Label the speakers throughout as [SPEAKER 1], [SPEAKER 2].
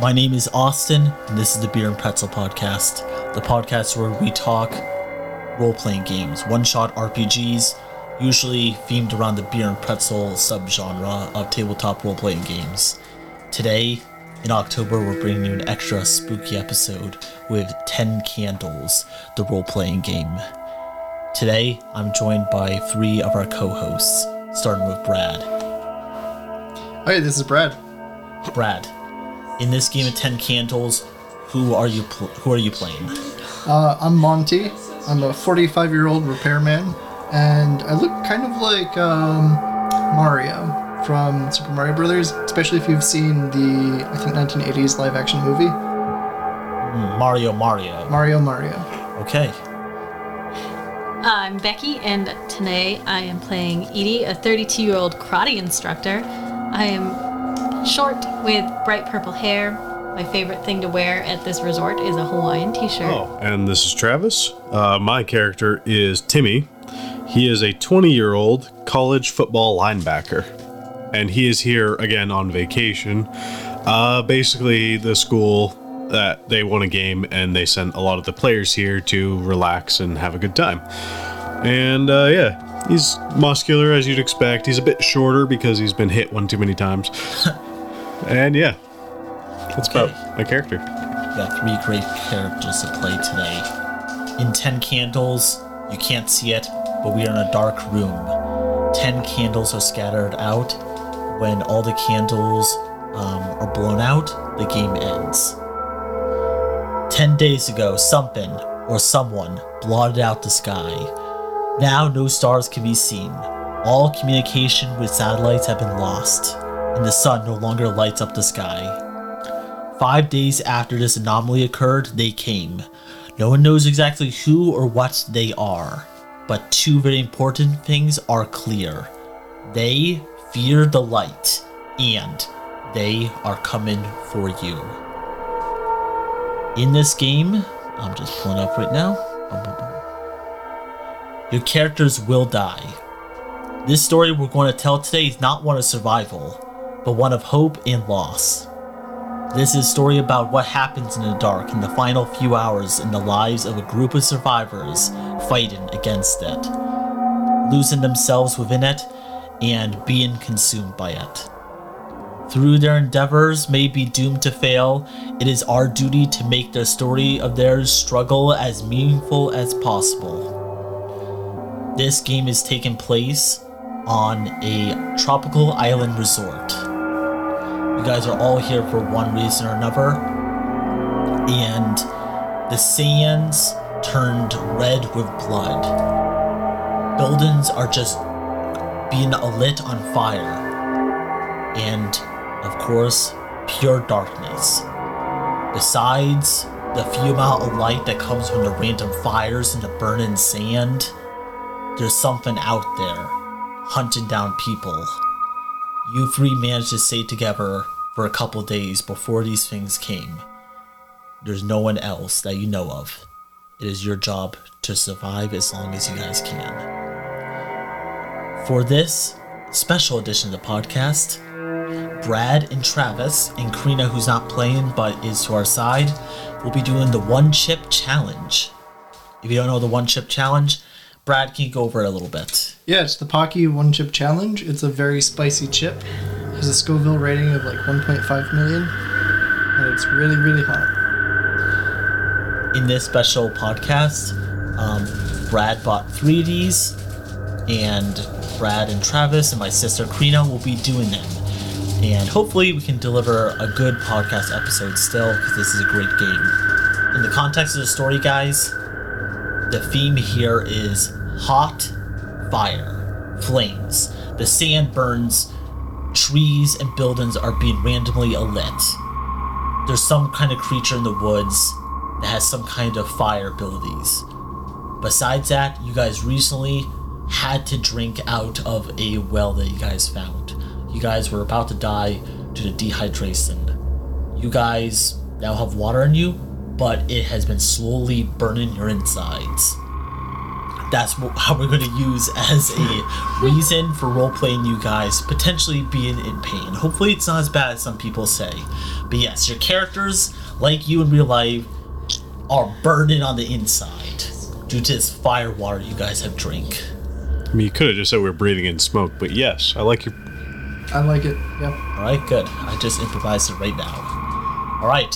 [SPEAKER 1] My name is Austin, and this is the Beer and Pretzel Podcast, the podcast where we talk role playing games, one shot RPGs, usually themed around the beer and pretzel subgenre of tabletop role playing games. Today, in October, we're bringing you an extra spooky episode with 10 Candles, the role playing game. Today, I'm joined by three of our co hosts, starting with Brad.
[SPEAKER 2] Hey, this is Brad.
[SPEAKER 1] Brad, in this game of Ten Candles, who are you pl- who are you playing?
[SPEAKER 2] Uh, I'm Monty. I'm a 45 year old repairman, and I look kind of like um, Mario from Super Mario Brothers, especially if you've seen the I think 1980s live action movie
[SPEAKER 1] Hmm, Mario Mario.
[SPEAKER 2] Mario Mario.
[SPEAKER 1] Okay.
[SPEAKER 3] I'm Becky, and today I am playing Edie, a 32 year old karate instructor. I am short with bright purple hair. My favorite thing to wear at this resort is a Hawaiian t shirt.
[SPEAKER 1] Oh.
[SPEAKER 4] Oh, And this is Travis. Uh, my character is Timmy. He is a 20 year old college football linebacker. And he is here again on vacation. Uh, basically, the school that they won a game and they sent a lot of the players here to relax and have a good time. And uh, yeah, he's muscular as you'd expect. He's a bit shorter because he's been hit one too many times. and yeah, that's about my character.
[SPEAKER 1] We got three great characters to play today. In Ten Candles, you can't see it, but we are in a dark room. Ten candles are scattered out. When all the candles um, are blown out, the game ends. Ten days ago, something or someone blotted out the sky. Now no stars can be seen. All communication with satellites have been lost, and the sun no longer lights up the sky. Five days after this anomaly occurred, they came. No one knows exactly who or what they are, but two very important things are clear. They fear the light, and they are coming for you. In this game, I'm just pulling up right now. Bum, bum, bum. Your characters will die. This story we're going to tell today is not one of survival, but one of hope and loss. This is a story about what happens in the dark in the final few hours in the lives of a group of survivors fighting against it, losing themselves within it, and being consumed by it. Through their endeavors may be doomed to fail, it is our duty to make the story of their struggle as meaningful as possible. This game is taking place on a tropical island resort. You guys are all here for one reason or another. And the sands turned red with blood. Buildings are just being lit on fire. And, of course, pure darkness. Besides the few amount of light that comes from the random fires and the burning sand, there's something out there hunting down people you three managed to stay together for a couple days before these things came. There's no one else that you know of. It is your job to survive as long as you guys can. For this special edition of the podcast, Brad and Travis and Karina, who's not playing but is to our side, will be doing the one chip challenge. If you don't know the one chip challenge, Brad, can you go over it a little bit?
[SPEAKER 2] Yeah, it's the Pocky One Chip Challenge. It's a very spicy chip. It has a Scoville rating of like 1.5 million, and it's really really hot.
[SPEAKER 1] in this special podcast, um, Brad bought three of these, and Brad and Travis and my sister Krina will be doing them. And hopefully, we can deliver a good podcast episode still, because this is a great game. In the context of the story, guys, the theme here is hot fire, flames. The sand burns, trees and buildings are being randomly alit there's some kind of creature in the woods that has some kind of fire abilities. Besides that, you guys recently had to drink out of a well that you guys found. You guys were about to die due to dehydration. You guys now have water in you, but it has been slowly burning your insides. that's what, how we're going to use as a reason for role playing you guys potentially being in pain. Hopefully, it's not as bad as some people say. But yes, your characters, like you in real life, are burning on the inside due to this fire water you guys have drank.
[SPEAKER 4] I mean, you could have just said we are breathing in smoke, but yes, I like your.
[SPEAKER 2] I like it. Yeah.
[SPEAKER 1] All right, good. I just improvised it right now. All right.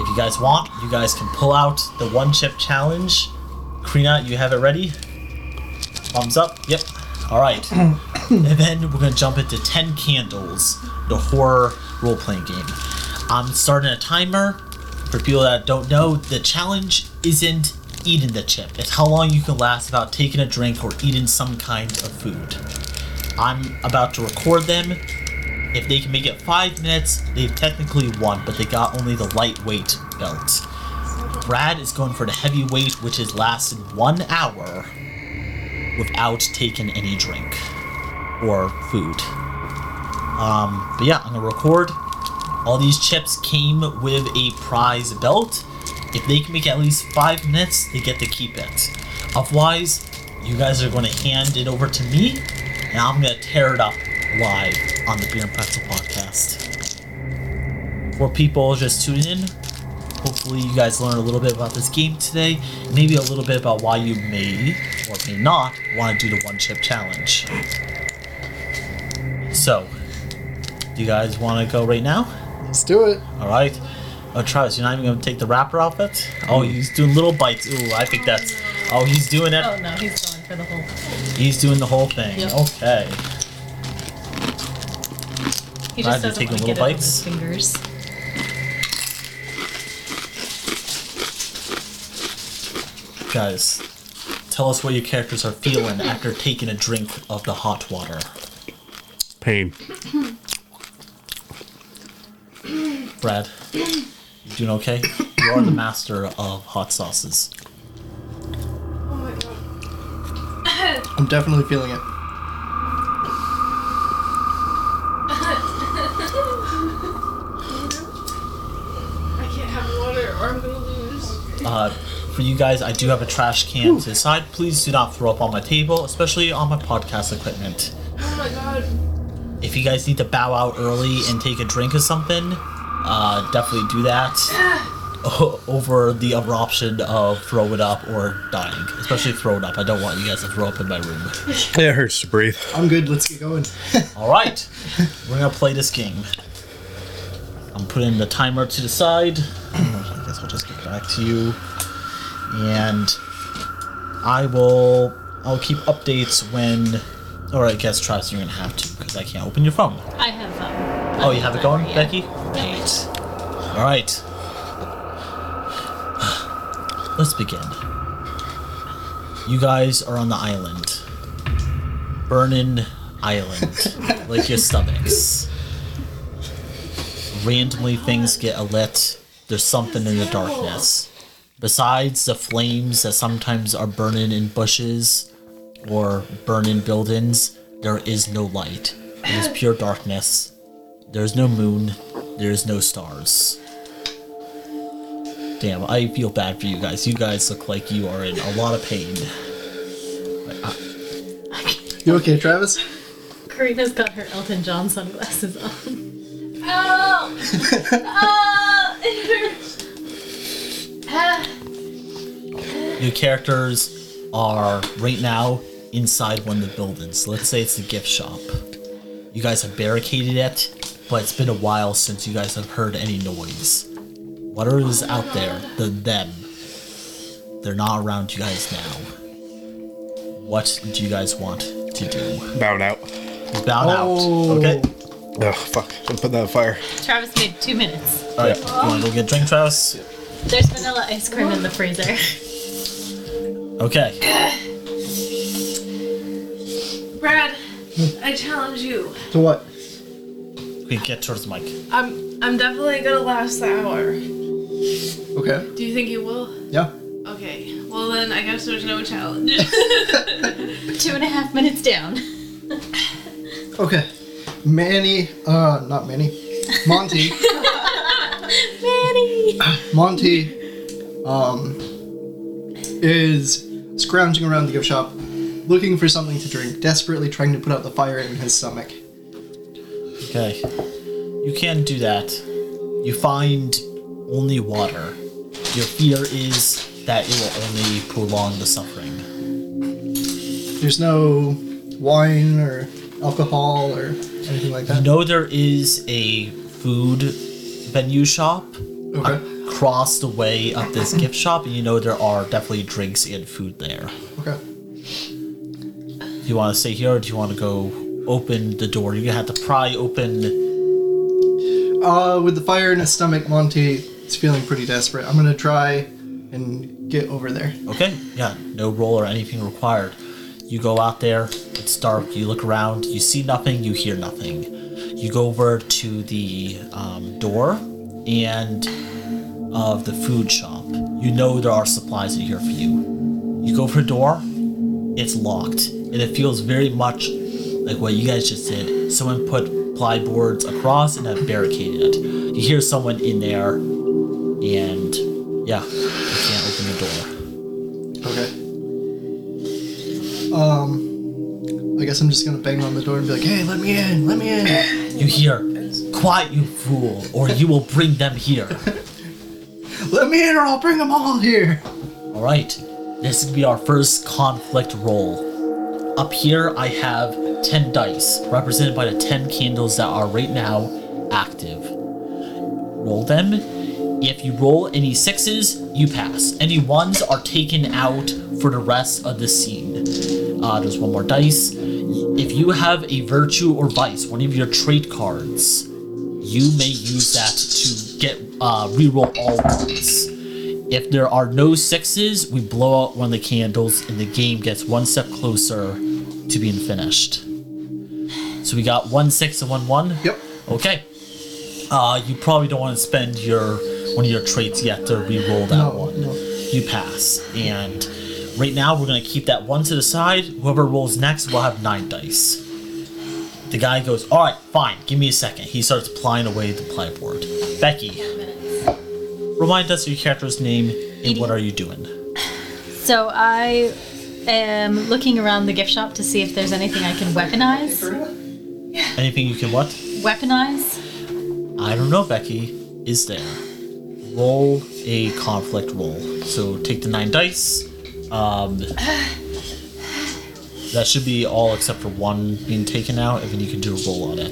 [SPEAKER 1] If you guys want, you guys can pull out the one chip challenge. Krina, you have it ready? Thumbs up. Yep. All right. and then we're going to jump into 10 Candles, the horror role playing game. I'm starting a timer. For people that don't know, the challenge isn't eating the chip, it's how long you can last without taking a drink or eating some kind of food. I'm about to record them. If they can make it five minutes, they've technically won, but they got only the lightweight belt. Brad is going for the heavyweight, which has lasted one hour without taking any drink or food. Um, but yeah, I'm gonna record. All these chips came with a prize belt. If they can make at least five minutes, they get to keep it. Otherwise, you guys are gonna hand it over to me, and I'm gonna tear it up live on the Beer and Pretzel podcast. For people just tuning in, hopefully you guys learned a little bit about this game today maybe a little bit about why you may or may not want to do the one chip challenge so do you guys want to go right now
[SPEAKER 2] Let's do it.
[SPEAKER 1] all right oh travis you're not even gonna take the wrapper off it oh he's doing little bites ooh i think that's oh he's doing it
[SPEAKER 3] Oh no, he's going for the whole.
[SPEAKER 1] he's doing the whole thing
[SPEAKER 3] Yep.
[SPEAKER 1] okay Alright, they're
[SPEAKER 3] He just doesn't
[SPEAKER 1] taking
[SPEAKER 3] want
[SPEAKER 1] little
[SPEAKER 3] to get it on
[SPEAKER 1] bites.
[SPEAKER 3] his fingers.
[SPEAKER 1] guys tell us what your characters are feeling after taking a drink of the hot water
[SPEAKER 4] Pain.
[SPEAKER 1] brad you doing okay you are the master of hot sauces
[SPEAKER 2] I'm definitely feeling it.
[SPEAKER 5] I can't have water or I'm gonna lose.
[SPEAKER 1] Uh, for you guys, I do have a trash can to the side. Please do not throw up on my table, especially on my podcast equipment.
[SPEAKER 5] Oh my god.
[SPEAKER 1] If you guys need to bow out early and take a drink or something, uh, definitely do that o- over the other option of throw it up or dying. Especially throw it up. I don't want you guys to throw up in my room.
[SPEAKER 4] Yeah, it hurts to breathe.
[SPEAKER 2] I'm good. Let's get going.
[SPEAKER 1] All right, we're gonna play this game. I'm putting the timer to the side. I guess I'll just get back to you, and I will. I'll keep updates when. Or I guess Travis, you're gonna have to because I can't open your phone.
[SPEAKER 3] I have. Um,
[SPEAKER 1] Oh, you have it going,
[SPEAKER 3] yeah.
[SPEAKER 1] Becky? Great. All right. Let's begin. You guys are on the island. Burning Island. like your stomachs. Randomly, things get alit. There's something in the darkness. Besides the flames that sometimes are burning in bushes or burning buildings, there is no light. It is pure darkness. There's no moon. There's no stars. Damn, I feel bad for you guys. You guys look like you are in a lot of pain.
[SPEAKER 2] You okay, Travis?
[SPEAKER 3] Karina's got her Elton John sunglasses on.
[SPEAKER 5] Oh! oh! It hurts. Ah.
[SPEAKER 1] Your characters are right now inside one of the buildings. Let's say it's the gift shop. You guys have barricaded it, but it's been a while since you guys have heard any noise. Whatever is out there, the them. They're not around you guys now. What do you guys want to do?
[SPEAKER 4] Bowed out.
[SPEAKER 1] Bow
[SPEAKER 2] Oh.
[SPEAKER 1] out. Okay.
[SPEAKER 4] Oh, fuck. I'm putting that on fire.
[SPEAKER 3] Travis made two minutes.
[SPEAKER 1] All right, you want to go get a drink, Travis?
[SPEAKER 3] There's vanilla ice cream in the freezer.
[SPEAKER 1] Okay.
[SPEAKER 5] Brad, I challenge you.
[SPEAKER 2] To what?
[SPEAKER 1] We get towards the mic.
[SPEAKER 5] I'm I'm definitely gonna last the hour. Do
[SPEAKER 2] Okay.
[SPEAKER 5] you think you will?
[SPEAKER 2] Yeah.
[SPEAKER 5] Okay. Well then I guess there's no challenge.
[SPEAKER 3] two and a half minutes down.
[SPEAKER 2] Okay. Manny, uh, not Manny. Monty.
[SPEAKER 3] Manny!
[SPEAKER 2] Monty, um, is scrounging around the gift shop, looking for something to drink, desperately trying to put out the fire in his stomach.
[SPEAKER 1] Okay. You can do that. You find only water. Your fear is that it will only prolong the suffering.
[SPEAKER 2] There's no wine or alcohol or anything like
[SPEAKER 1] You
[SPEAKER 2] that.
[SPEAKER 1] know there is a food venue shop
[SPEAKER 2] Okay.
[SPEAKER 1] across the way of this gift shop, and you know there are definitely drinks and food there.
[SPEAKER 2] Okay.
[SPEAKER 1] Do you want to stay here, or do you want to go open the door? You're gonna have to pry open.
[SPEAKER 2] Uh, with the fire in his stomach, Monty is feeling pretty desperate. I'm gonna try and get over there.
[SPEAKER 1] Okay, yeah, no roll or anything required. You go out there. It's dark. You look around. You see nothing. You hear nothing. You go over to the um, door and of the food shop. You know there are supplies in here for you. You go for the door. It's locked, and it feels very much like what you guys just did. Someone put plyboards across and have barricaded it. You hear someone in there, and yeah, you can't open the door.
[SPEAKER 2] Okay. Um, I guess I'm just gonna bang on the door and be like, "Hey, let me in, let me in,
[SPEAKER 1] You hear, quiet, you fool, or you will bring them here.
[SPEAKER 2] let me in, or I'll bring them all here."
[SPEAKER 1] All right, this will be our first conflict roll. Up here, I have 10 dice, represented by the 10 candles that are right now active. Roll them. If you roll any sixes, you pass. Any ones are taken out for the rest of the scene. Uh, there's one more dice. If you have a virtue or vice, one of your trait cards, you may use that to get uh, reroll all ones. If there are no sixes, we blow out one of the candles, and the game gets one step closer to being finished. So we got one six and one one.
[SPEAKER 2] Yep.
[SPEAKER 1] Okay. Uh, you probably don't want to spend your one of your traits yet to re-roll that
[SPEAKER 2] No,
[SPEAKER 1] one.
[SPEAKER 2] no.
[SPEAKER 1] You pass, and right now we're gonna keep that one to the side. Whoever rolls next will have nine dice. The guy goes, "All right, fine. Give me a second. He starts plying away the plyboard. Becky, remind us of your character's name and what are you doing?
[SPEAKER 3] So I am looking around the gift shop to see if there's anything I can weaponize.
[SPEAKER 1] Anything you can what?
[SPEAKER 3] Weaponize?
[SPEAKER 1] I don't know, Becky. Is there? Roll a conflict roll. So take the nine dice. Um, that should be all except for one being taken out, and then you can do a roll on it.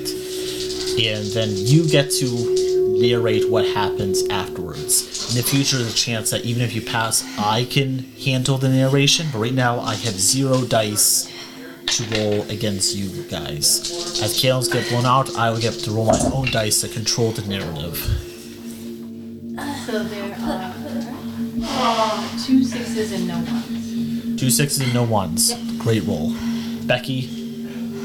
[SPEAKER 1] And then you get to narrate what happens afterwards. In the future, there's a chance that even if you pass, I can handle the narration, but right now I have zero dice to roll against you guys. As candles get blown out, I will get to roll my own dice to control the narrative.
[SPEAKER 3] So there are uh, two sixes and no ones.
[SPEAKER 1] Two sixes and no ones. Great roll. Becky,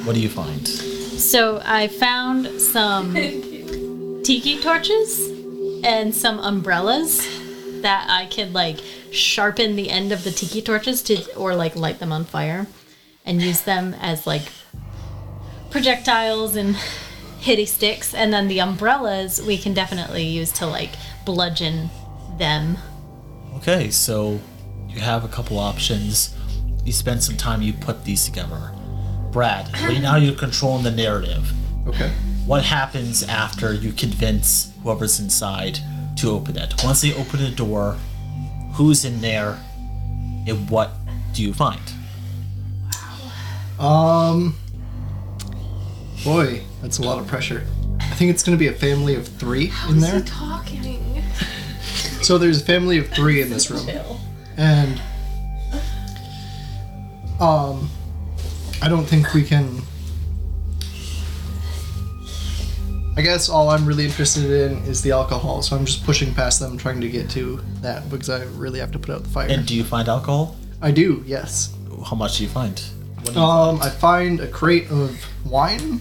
[SPEAKER 1] what do you find?
[SPEAKER 3] So I found some tiki torches and some umbrellas that I could like sharpen the end of the tiki torches to or like light them on fire and use them as like projectiles and hitty sticks and then the umbrellas we can definitely use to like bludgeon them.
[SPEAKER 1] Okay, so you have a couple options. You spend some time, you put these together. Brad, right now you're controlling the narrative.
[SPEAKER 2] Okay.
[SPEAKER 1] What happens after you convince whoever's inside to open it? Once they open the door, who's in there, and what do you find?
[SPEAKER 2] Um, boy, that's a lot of pressure. I think it's gonna be a family of three in there.
[SPEAKER 5] Talking.
[SPEAKER 2] So there's a family of three in this room, and um, I don't think we can. I guess all I'm really interested in is the alcohol, so I'm just pushing past them, trying to get to that because I really have to put out the fire.
[SPEAKER 1] And do you find alcohol?
[SPEAKER 2] I do, yes.
[SPEAKER 1] How much do you find?
[SPEAKER 2] Um, I find a crate of wine.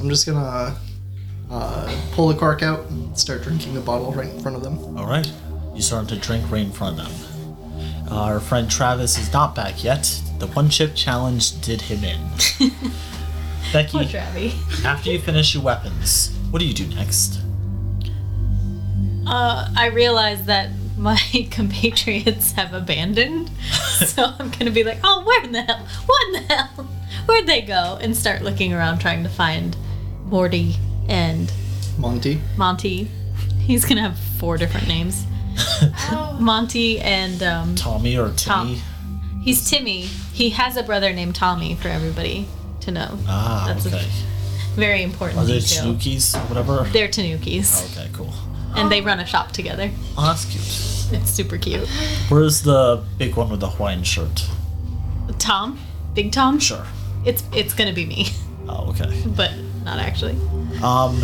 [SPEAKER 2] I'm just gonna uh, pull the cork out and start drinking the bottle right in front of them.
[SPEAKER 1] All right, you start to drink rain from them. Our friend Travis is not back yet. The one chip challenge did him in.
[SPEAKER 3] Poor
[SPEAKER 1] Becky,
[SPEAKER 3] Travi.
[SPEAKER 1] after you finish your weapons, what do you do next?
[SPEAKER 3] Uh, I realized that my compatriots have abandoned. so I'm gonna be like, oh, where in the hell? What in the hell? Where'd they go? And start looking around trying to find Morty and
[SPEAKER 2] Monty.
[SPEAKER 3] Monty. He's gonna have four different names. Monty and um,
[SPEAKER 1] Tommy or Timmy.
[SPEAKER 3] Tom. he's Timmy. He has a brother named Tommy for everybody to know.
[SPEAKER 1] Ah,
[SPEAKER 3] That's a-
[SPEAKER 1] okay.
[SPEAKER 3] Very important
[SPEAKER 1] Are they
[SPEAKER 3] detail.
[SPEAKER 1] Snookies or whatever?
[SPEAKER 3] They're Tanukis,
[SPEAKER 1] Okay, cool.
[SPEAKER 3] and they run a shop together.
[SPEAKER 1] Oh, that's cute.
[SPEAKER 3] It's super cute.
[SPEAKER 1] Where's the big one with the Hawaiian shirt?
[SPEAKER 3] Tom, Big Tom.
[SPEAKER 1] Sure.
[SPEAKER 3] It's it's gonna be me,
[SPEAKER 1] Oh, okay.
[SPEAKER 3] but not actually.
[SPEAKER 1] Um.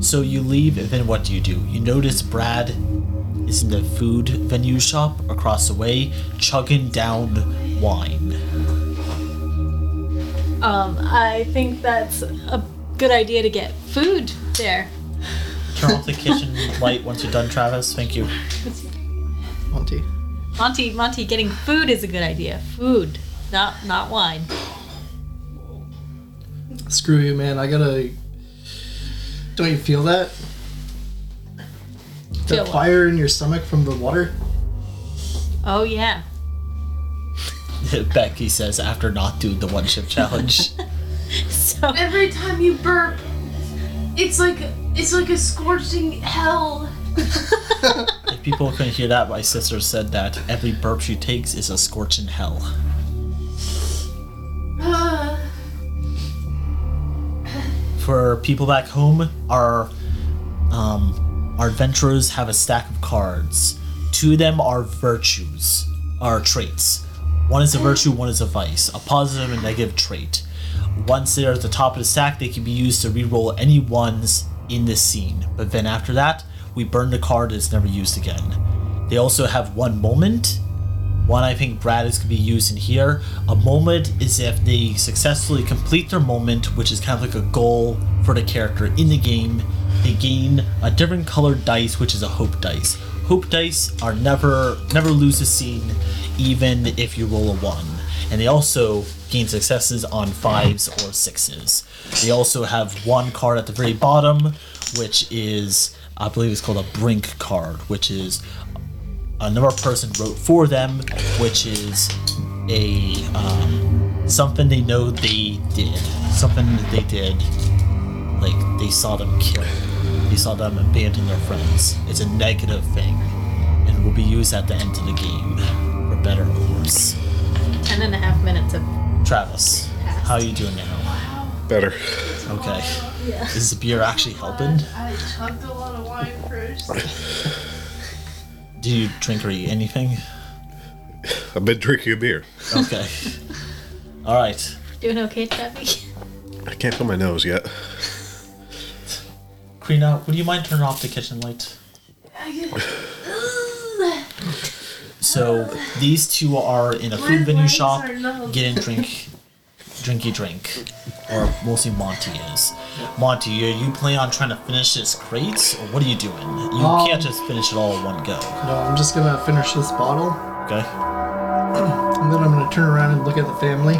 [SPEAKER 1] So you leave, and then what do you do? You notice Brad is in the food venue shop across the way, chugging down wine.
[SPEAKER 3] Um, I think that's a good idea to get food there.
[SPEAKER 1] Turn off the kitchen light once you're done, Travis. Thank you.
[SPEAKER 2] Monty.
[SPEAKER 3] Monty, Monty, getting food is a good idea. Food, not not wine.
[SPEAKER 2] Screw you, man. I gotta. Don't you feel that? The
[SPEAKER 3] Feel what?
[SPEAKER 2] fire in your stomach from the water?
[SPEAKER 3] Oh yeah.
[SPEAKER 1] Becky says after not doing the one shift challenge.
[SPEAKER 3] So
[SPEAKER 5] Every time you burp, it's like it's like a scorching hell.
[SPEAKER 1] if people couldn't hear that, my sister said that every burp she takes is a scorch in hell.
[SPEAKER 5] Ah.
[SPEAKER 1] for people back home, our um, our adventurers have a stack of cards. Two of them are virtues, are traits. One is a virtue, one is a vice, a positive and negative trait. Once they're at the top of the stack, they can be used to reroll any ones in this scene. But then after that, we burn the card and it's never used again. They also have one moment one I think Brad is going to be used in here. A moment is if they successfully complete their moment, which is kind of like a goal for the character in the game. They gain a different colored dice, which is a hope dice. Hope dice are never never lose a scene, even if you roll a one. And they also gain successes on fives or sixes. They also have one card at the very bottom, which is I believe it's called a brink card, which is another person wrote for them, which is a um, something they know they did, something that they did, like they saw them killed, they saw them abandon their friends. It's a negative thing, and will be used at the end of the game for better or worse.
[SPEAKER 3] ten and a half minutes of
[SPEAKER 1] Travis, how you doing now?
[SPEAKER 4] Better.
[SPEAKER 1] Okay. Is the beer actually helping?
[SPEAKER 5] I chugged a lot of wine first.
[SPEAKER 1] Do you drink or eat anything?
[SPEAKER 4] I've been drinking a beer.
[SPEAKER 1] Okay. All right.
[SPEAKER 3] doing okay, Chubby.
[SPEAKER 4] I can't feel my nose yet.
[SPEAKER 1] Krina, would you mind turning off the kitchen light?
[SPEAKER 5] I get,
[SPEAKER 1] So these two are in a food
[SPEAKER 5] My
[SPEAKER 1] venue
[SPEAKER 5] legs
[SPEAKER 1] shop
[SPEAKER 5] are numb.
[SPEAKER 1] getting drink, drinky drink, or mostly Monty is. Monty, are you planning on trying to finish this crate, or what are you doing? You
[SPEAKER 2] Um,
[SPEAKER 1] can't just finish it all in one go.
[SPEAKER 2] No, I'm just gonna finish this bottle,
[SPEAKER 1] Okay.
[SPEAKER 2] and then I'm gonna turn around and look at the family,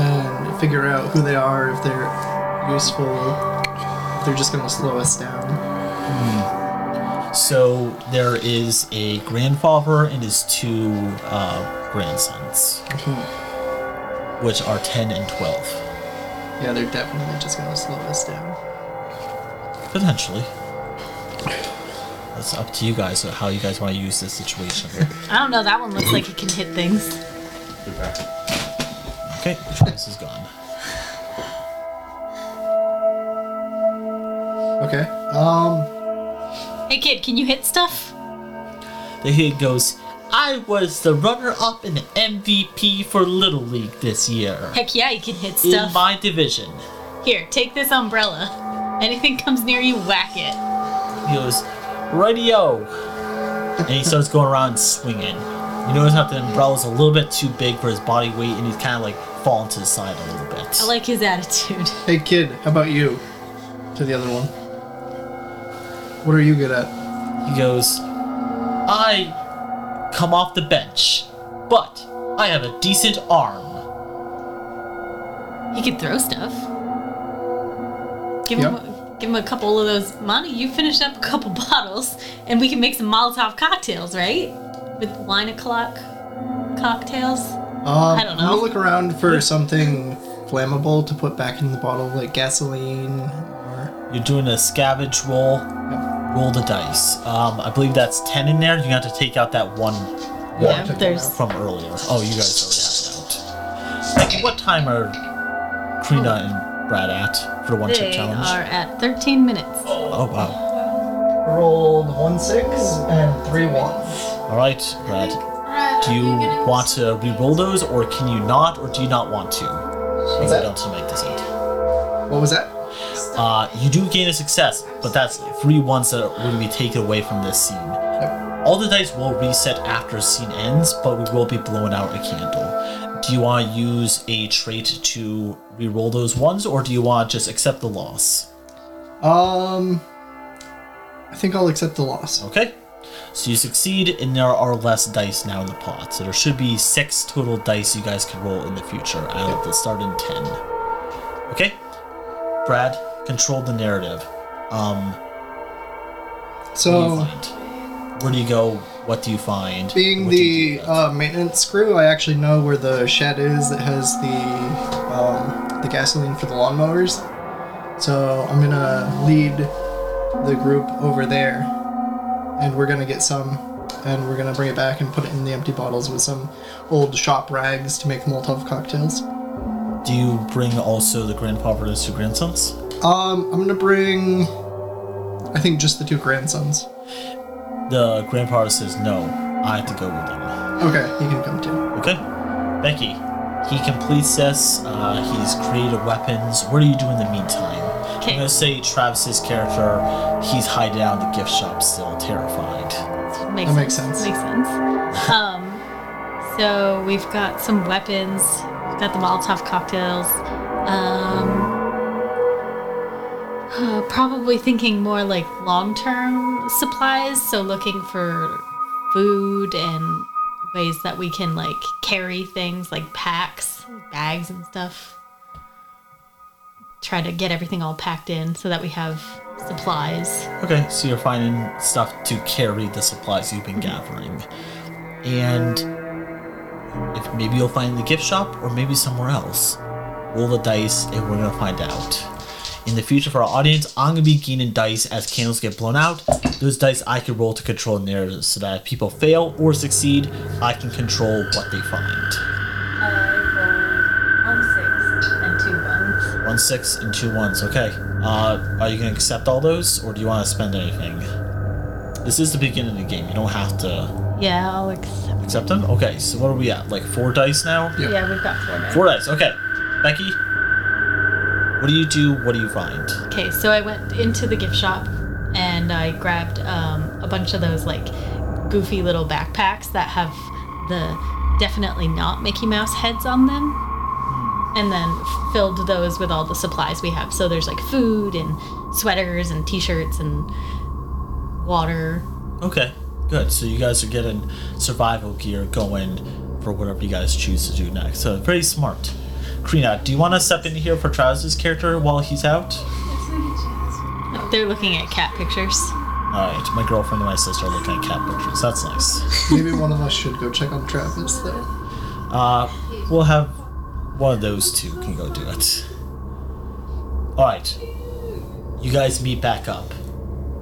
[SPEAKER 2] and figure out who they are, if they're useful, if they're just gonna slow us down.
[SPEAKER 1] So there is a grandfather and his two uh, grandsons, which are ten and twelve,
[SPEAKER 2] Yeah, they're definitely just gonna slow us down.
[SPEAKER 1] potentially. That's up to you guys uh, how you guys want to use this situation.
[SPEAKER 3] I don't know. That one looks like it can hit things.
[SPEAKER 1] Okay, Travis is gone.
[SPEAKER 2] Okay. Um.
[SPEAKER 3] Hey kid, can you hit stuff?
[SPEAKER 1] The kid goes, I was the runner up and MVP for Little League this year.
[SPEAKER 3] Heck yeah, you can hit
[SPEAKER 1] In
[SPEAKER 3] stuff.
[SPEAKER 1] my division.
[SPEAKER 3] Here, take this umbrella. Anything comes near you, whack it.
[SPEAKER 1] He goes, Radio. and he starts going around swinging. You notice how the umbrella's a little bit too big for his body weight and he's kind of like falling to the side a little bit.
[SPEAKER 3] I like his attitude.
[SPEAKER 2] Hey, kid. How about you? To the other one. What are you good at?
[SPEAKER 1] He goes, I come off the bench, but I have a decent arm.
[SPEAKER 3] He could throw stuff. Give him.
[SPEAKER 2] Yeah.
[SPEAKER 3] Give him a couple of those. Monty, you finish up a couple bottles, and we can make some Molotov cocktails, right? With wine o'clock cocktails.
[SPEAKER 2] Um,
[SPEAKER 3] I don't
[SPEAKER 2] I'm
[SPEAKER 3] know.
[SPEAKER 2] gonna look around for something flammable to put back in the bottle, like gasoline or.
[SPEAKER 1] You're doing a scavenge roll. Roll the dice. Um, I believe that's ten in there. You have to take out that one
[SPEAKER 3] Yeah,
[SPEAKER 2] took
[SPEAKER 3] there's.
[SPEAKER 1] from earlier. Oh, you guys already have that. Like, what time are Krina and Brad at for the one chip
[SPEAKER 3] They
[SPEAKER 1] challenge?
[SPEAKER 3] are at 13 minutes.
[SPEAKER 1] Oh wow!
[SPEAKER 2] Rolled one six and three ones.
[SPEAKER 1] All right, Brad. Do you want to re-roll those, or can you not, or do you not want to? What's
[SPEAKER 2] that?
[SPEAKER 1] to make this eight.
[SPEAKER 2] What was that?
[SPEAKER 1] Uh, you do gain a success, but that's three ones that are going to be taken away from this scene. All the dice will reset after scene ends, but we will be blowing out a candle. Do you want to use a trait to re-roll those ones, or do you want to just accept the loss?
[SPEAKER 2] Um, I think I'll accept the loss.
[SPEAKER 1] Okay. So you succeed, and there are less dice now in the pot. So there should be six total dice you guys can roll in the future out of the starting ten. Okay. Brad, control the narrative. Um,
[SPEAKER 2] So.
[SPEAKER 1] you find? Where do you go? What do you find?
[SPEAKER 2] Being
[SPEAKER 1] What do you
[SPEAKER 2] the
[SPEAKER 1] do?
[SPEAKER 2] uh, maintenance crew, I actually know where the shed is that has the um, the gasoline for the lawnmowers. So I'm gonna lead the group over there, and we're gonna get some, and we're gonna bring it back and put it in the empty bottles with some old shop rags to make Molotov cocktails. uh,
[SPEAKER 1] do you bring also the grandfathers to grandsons?
[SPEAKER 2] Um, I'm gonna bring, I think, just the two grandsons.
[SPEAKER 1] The grandfather says no. I have to go with them.
[SPEAKER 2] Okay, he can come too.
[SPEAKER 1] Okay, Becky. He completes this. Uh, he's created weapons. What do you do in the meantime?
[SPEAKER 3] Okay.
[SPEAKER 1] I'm gonna say Travis's character. He's hiding out in the gift shop, still terrified.
[SPEAKER 3] Makes
[SPEAKER 2] That makes sense.
[SPEAKER 3] Makes sense. Um, so we've got some weapons. We've got the Molotov cocktails. Um, uh, probably thinking more like long-term supplies. So looking for food and ways that we can like carry things like packs, bags, and stuff. Try to get everything all packed in so that we have supplies.
[SPEAKER 1] Okay, so you're finding stuff to carry the supplies you've been gathering, and if maybe you'll find the gift shop or maybe somewhere else. Roll the dice, and we're gonna find out. In the future, for our audience, I'm gonna be gaining dice as candles get blown out. Those dice I can roll to control narratives, so that if people fail or succeed, I can control what they find.
[SPEAKER 3] One six and two ones.
[SPEAKER 1] One six and two ones. Okay. Uh, are you gonna accept all those, or do you want to spend anything? This is the beginning of the game. You don't have to.
[SPEAKER 3] Yeah, I'll accept.
[SPEAKER 1] Accept them? Okay, so what are we at? Like four dice now?
[SPEAKER 2] Yeah.
[SPEAKER 3] Yeah, we've got four minutes.
[SPEAKER 1] Four dice, okay. Becky, what do you do? What do you find?
[SPEAKER 3] Okay, so I went into the gift shop and I grabbed um, a bunch of those like goofy little backpacks that have the definitely not Mickey Mouse heads on them, and then filled those with all the supplies we have. So there's like food and sweaters and T-shirts and water.
[SPEAKER 1] Okay, good. So you guys are getting survival gear going for whatever you guys choose to do next. So very smart. Krina, do you want to step in here for Travis's character while he's out?
[SPEAKER 3] They're looking at cat pictures.
[SPEAKER 1] Alright, my girlfriend and my sister are looking at cat pictures. That's nice.
[SPEAKER 2] Maybe one of us should go check on Travis though.
[SPEAKER 1] Uh, we'll have one of those two can go do it. Alright, you guys meet back up.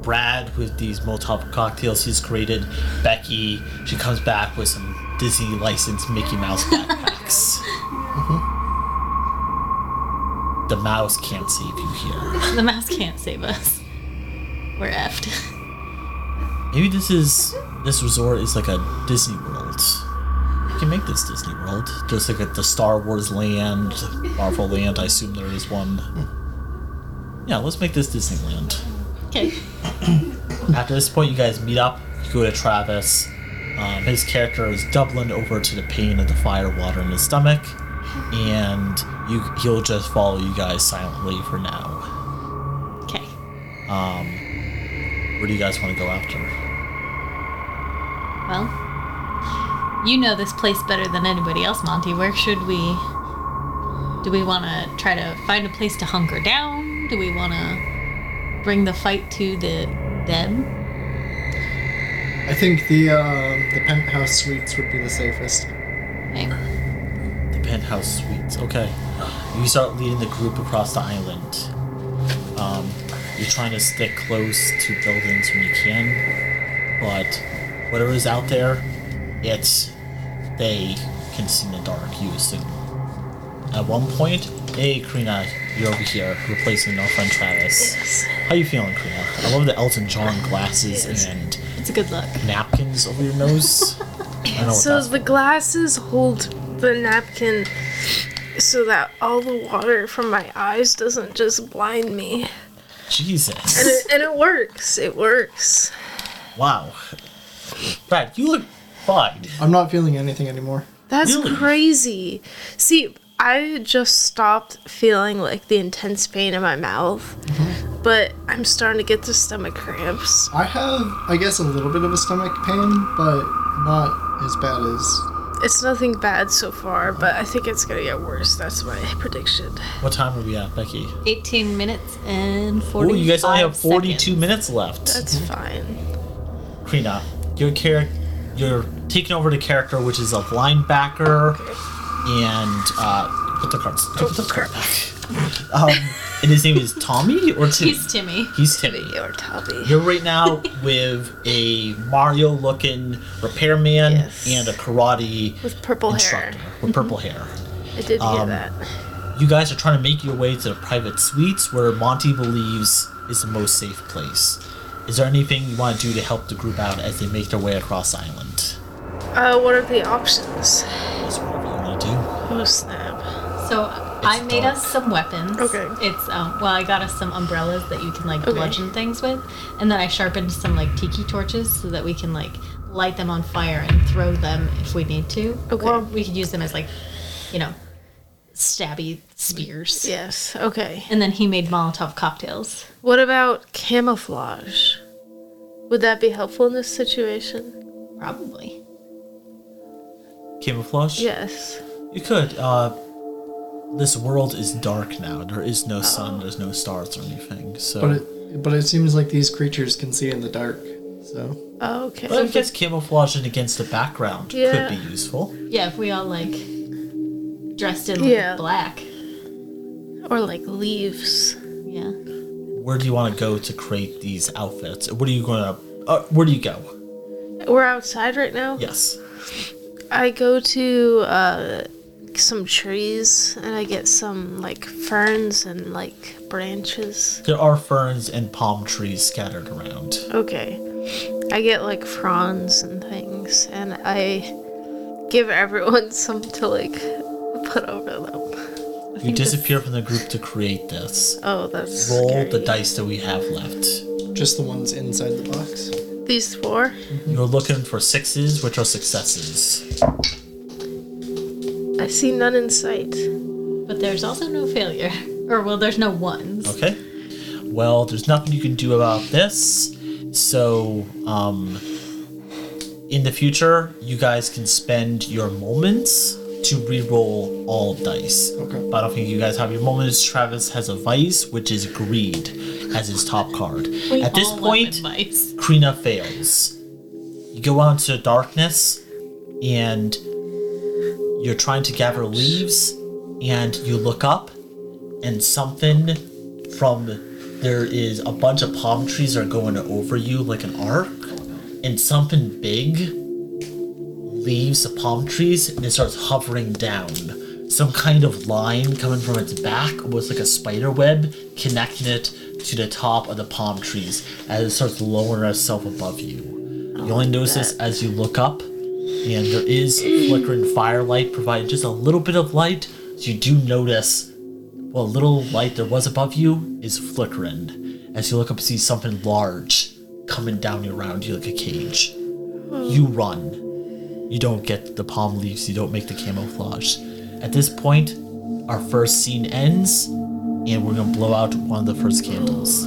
[SPEAKER 1] Brad with these Molotov cocktails he's created. Becky, she comes back with some Disney licensed Mickey Mouse backpacks. The mouse can't save you here.
[SPEAKER 3] The mouse can't save us. We're effed.
[SPEAKER 1] Maybe this is this resort is like a Disney World. You can make this Disney World just like at the Star Wars land, Marvel land. I assume there is one. Yeah, let's make this Disneyland.
[SPEAKER 3] Okay.
[SPEAKER 1] After this point, you guys meet up. You go to Travis. Um, his character is doubling over to the pain of the fire water in his stomach, and you he'll just follow you guys silently for now. Um,
[SPEAKER 3] Okay.
[SPEAKER 1] Where do you guys want to go after?
[SPEAKER 3] Well, you know this place better than anybody else, Monty. Where should we? Do we want to try to find a place to hunker down? Do we want to bring the fight to the them?
[SPEAKER 2] I think the um, the penthouse suites would be the safest.
[SPEAKER 3] Okay.
[SPEAKER 1] The penthouse suites. Okay. You start leading the group across the island. Um, you're trying to stick close to buildings when you can, but whatever is out there, it's they can see in the dark. You assume. At one point, hey Krina, you're over here replacing our friend Travis.
[SPEAKER 5] Yes.
[SPEAKER 1] How you feeling, Krina? I love the Elton John glasses and
[SPEAKER 3] It's a good look.
[SPEAKER 1] napkins over your nose. I don't know what
[SPEAKER 5] So
[SPEAKER 1] that's
[SPEAKER 5] the glasses hold the napkin so that all the water from my eyes doesn't just blind me.
[SPEAKER 1] Jesus.
[SPEAKER 5] And it, and it works. It works.
[SPEAKER 1] Wow. Brad, you look fine.
[SPEAKER 2] I'm not feeling anything anymore.
[SPEAKER 5] That's
[SPEAKER 1] Really?
[SPEAKER 5] crazy. See, I just stopped feeling like the intense pain in my mouth,
[SPEAKER 1] Mm-hmm.
[SPEAKER 5] but I'm starting to get the stomach cramps.
[SPEAKER 2] I have, I guess, a little bit of a stomach pain, but not as bad as.
[SPEAKER 5] It's nothing bad so far, but I think it's gonna get worse. That's my prediction.
[SPEAKER 1] What time are we at, Becky?
[SPEAKER 3] 18 minutes and 40.
[SPEAKER 1] Oh, you guys only have 42 minutes left.
[SPEAKER 5] That's fine.
[SPEAKER 1] Krina, your character, you're taking over the character, which is a linebacker, and uh, put the cards. Put the card back. Um, and his name is Tommy or Timmy.
[SPEAKER 3] He's Timmy.
[SPEAKER 1] He's Timmy.
[SPEAKER 5] Your tubby.
[SPEAKER 1] You're right now with a Mario-looking repairman
[SPEAKER 5] Yes.
[SPEAKER 1] and a karate
[SPEAKER 5] With purple hair.
[SPEAKER 1] instructor with purple hair.
[SPEAKER 5] I did
[SPEAKER 1] Um,
[SPEAKER 5] hear that.
[SPEAKER 1] You guys are trying to make your way to the private suites where Monty believes is the most safe place. Is there anything you want to do to help the group out as they make their way across the island?
[SPEAKER 5] Uh, what are the options?
[SPEAKER 1] That's whatever you want to do.
[SPEAKER 5] Oh snap.
[SPEAKER 3] So I
[SPEAKER 1] It's
[SPEAKER 3] made
[SPEAKER 1] dark.
[SPEAKER 3] us some weapons.
[SPEAKER 5] Okay.
[SPEAKER 3] It's um, well, I got us some umbrellas that you can like
[SPEAKER 5] Okay.
[SPEAKER 3] bludgeon things with, and then I sharpened some like tiki torches so that we can like light them on fire and throw them if we need to.
[SPEAKER 5] Okay.
[SPEAKER 3] Or we could use them as like, you know, stabby spears.
[SPEAKER 5] Yes. Okay.
[SPEAKER 3] And then he made Molotov cocktails.
[SPEAKER 5] What about camouflage? Would that be helpful in this situation?
[SPEAKER 3] Probably.
[SPEAKER 1] Camouflage?
[SPEAKER 5] Yes.
[SPEAKER 1] You could. Uh, this world is dark now. There is no sun, there's no stars or anything. So.
[SPEAKER 2] But it, but it seems like these creatures can see in the dark. So
[SPEAKER 5] Oh, okay.
[SPEAKER 1] Well, I guess camouflaging against the background
[SPEAKER 5] Yeah.
[SPEAKER 1] could be useful.
[SPEAKER 3] Yeah, if we all like dressed in
[SPEAKER 5] Yeah.
[SPEAKER 3] like, black.
[SPEAKER 5] Or like leaves.
[SPEAKER 3] Yeah.
[SPEAKER 1] Where do you want to go to create these outfits? What are you going to. Uh, where do you go?
[SPEAKER 5] We're outside right now.
[SPEAKER 1] Yes.
[SPEAKER 5] I go to uh, some trees and I get some like ferns and like branches.
[SPEAKER 1] There are ferns and palm trees scattered around.
[SPEAKER 5] Okay. I get like fronds and things and I give everyone some to like put over them.
[SPEAKER 1] You disappear from the group to create this.
[SPEAKER 5] Oh, that's
[SPEAKER 1] Roll
[SPEAKER 5] scary.
[SPEAKER 1] the dice that we have left.
[SPEAKER 2] just the ones inside the box.
[SPEAKER 5] These four.
[SPEAKER 1] You're looking for sixes, which are successes.
[SPEAKER 5] I see none in sight.
[SPEAKER 3] But there's also no failure. Or well, there's no ones.
[SPEAKER 1] Okay. Well, there's nothing you can do about this. So, um, in the future, you guys can spend your moments to re-roll all dice.
[SPEAKER 2] Okay.
[SPEAKER 1] But I don't think you guys have your moments. Travis has a vice, which is greed, as his top card.
[SPEAKER 3] We
[SPEAKER 1] At this
[SPEAKER 3] all love
[SPEAKER 1] point,
[SPEAKER 3] advice.
[SPEAKER 1] Krina fails. You go out into the darkness and you're trying to gather leaves and you look up and something from there is a bunch of palm trees are going over you like an arc and something big leaves the palm trees and it starts hovering down some kind of line coming from its back almost like a spider web connecting it to the top of the palm trees as it starts lowering itself above you you only notice this as you look up and there is flickering firelight providing just a little bit of light so you do notice what little light there was above you is flickering as you look up and see something large coming down around you like a cage you run you don't get the palm leaves you don't make the camouflage at this point our first scene ends and we're gonna blow out one of the first candles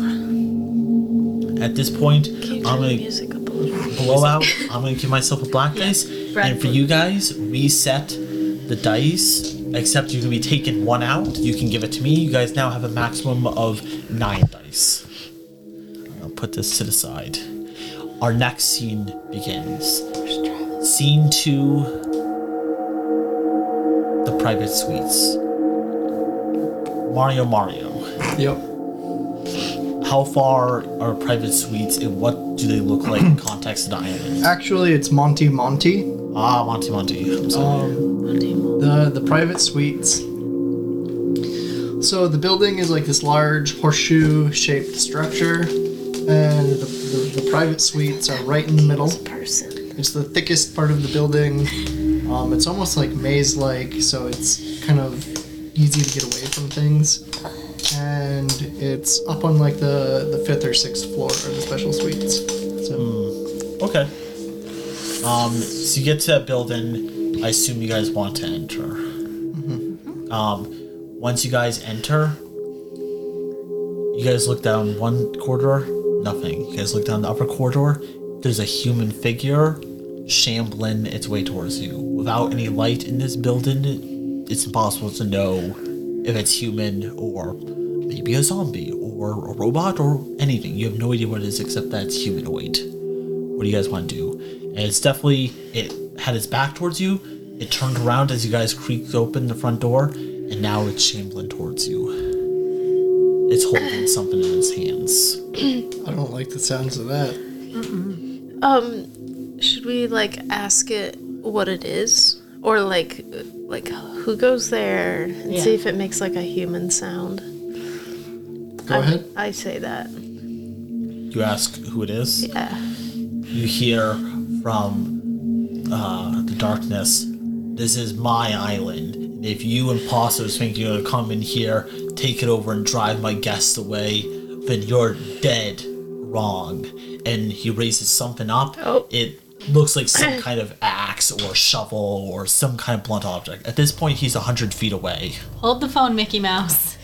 [SPEAKER 1] at this point i'm
[SPEAKER 5] Turn the
[SPEAKER 1] gonna
[SPEAKER 5] music up a little.
[SPEAKER 1] blowout. I'm gonna give myself a black dice,
[SPEAKER 3] Brad
[SPEAKER 1] and for
[SPEAKER 3] Pitt.
[SPEAKER 1] you guys, reset the dice. Except you can be taking one out. You can give it to me. You guys now have a maximum of nine dice. put this to the side. Our next scene begins. Scene two The Private Suites. Mario Mario.
[SPEAKER 2] Yep.
[SPEAKER 1] How far are private suites and what do they look like in context of the island?
[SPEAKER 2] Actually, it's Monty Monty. Um,
[SPEAKER 1] Ah, Monty Monty. I'm sorry.
[SPEAKER 2] the the private suites. So the building is like this large horseshoe-shaped structure, and the, the, the private suites are right in the middle.
[SPEAKER 5] person.
[SPEAKER 2] It's the thickest part of the building. Um, it's almost like maze-like, so it's kind of easy to get away from things. And it's up on like the, the fifth or sixth floor of the special suites. So
[SPEAKER 1] Okay. Um, so you get to that building. I assume you guys want to enter. Um, once you guys enter, you guys look down one corridor, nothing. You guys look down the upper corridor. There's a human figure shambling its way towards you. Without any light in this building, it's impossible to know if it's human or maybe a zombie or a robot or anything. You have no idea what it is except that it's humanoid what do you guys want to do? And it's definitely it had its back towards you. It turned around as you guys creaked open the front door, and now it's shambling towards you. It's holding something in its hands.
[SPEAKER 2] I don't like the sounds of that.
[SPEAKER 5] Should we like ask it what it is, or like like who goes there and see
[SPEAKER 3] Yeah.
[SPEAKER 5] if it makes like a human sound?
[SPEAKER 2] Go ahead.
[SPEAKER 5] I say that.
[SPEAKER 1] You ask who it is.
[SPEAKER 5] Yeah.
[SPEAKER 1] You hear from uh, the darkness, "This is my island. And if you imposters think you're gonna come in here, take it over and drive my guests away, then you're dead wrong." And he raises something up.
[SPEAKER 5] Oh.
[SPEAKER 1] It looks like some kind of axe or shovel or some kind of blunt object. At this point, he's hundred feet away.
[SPEAKER 3] Hold the phone, Mickey Mouse.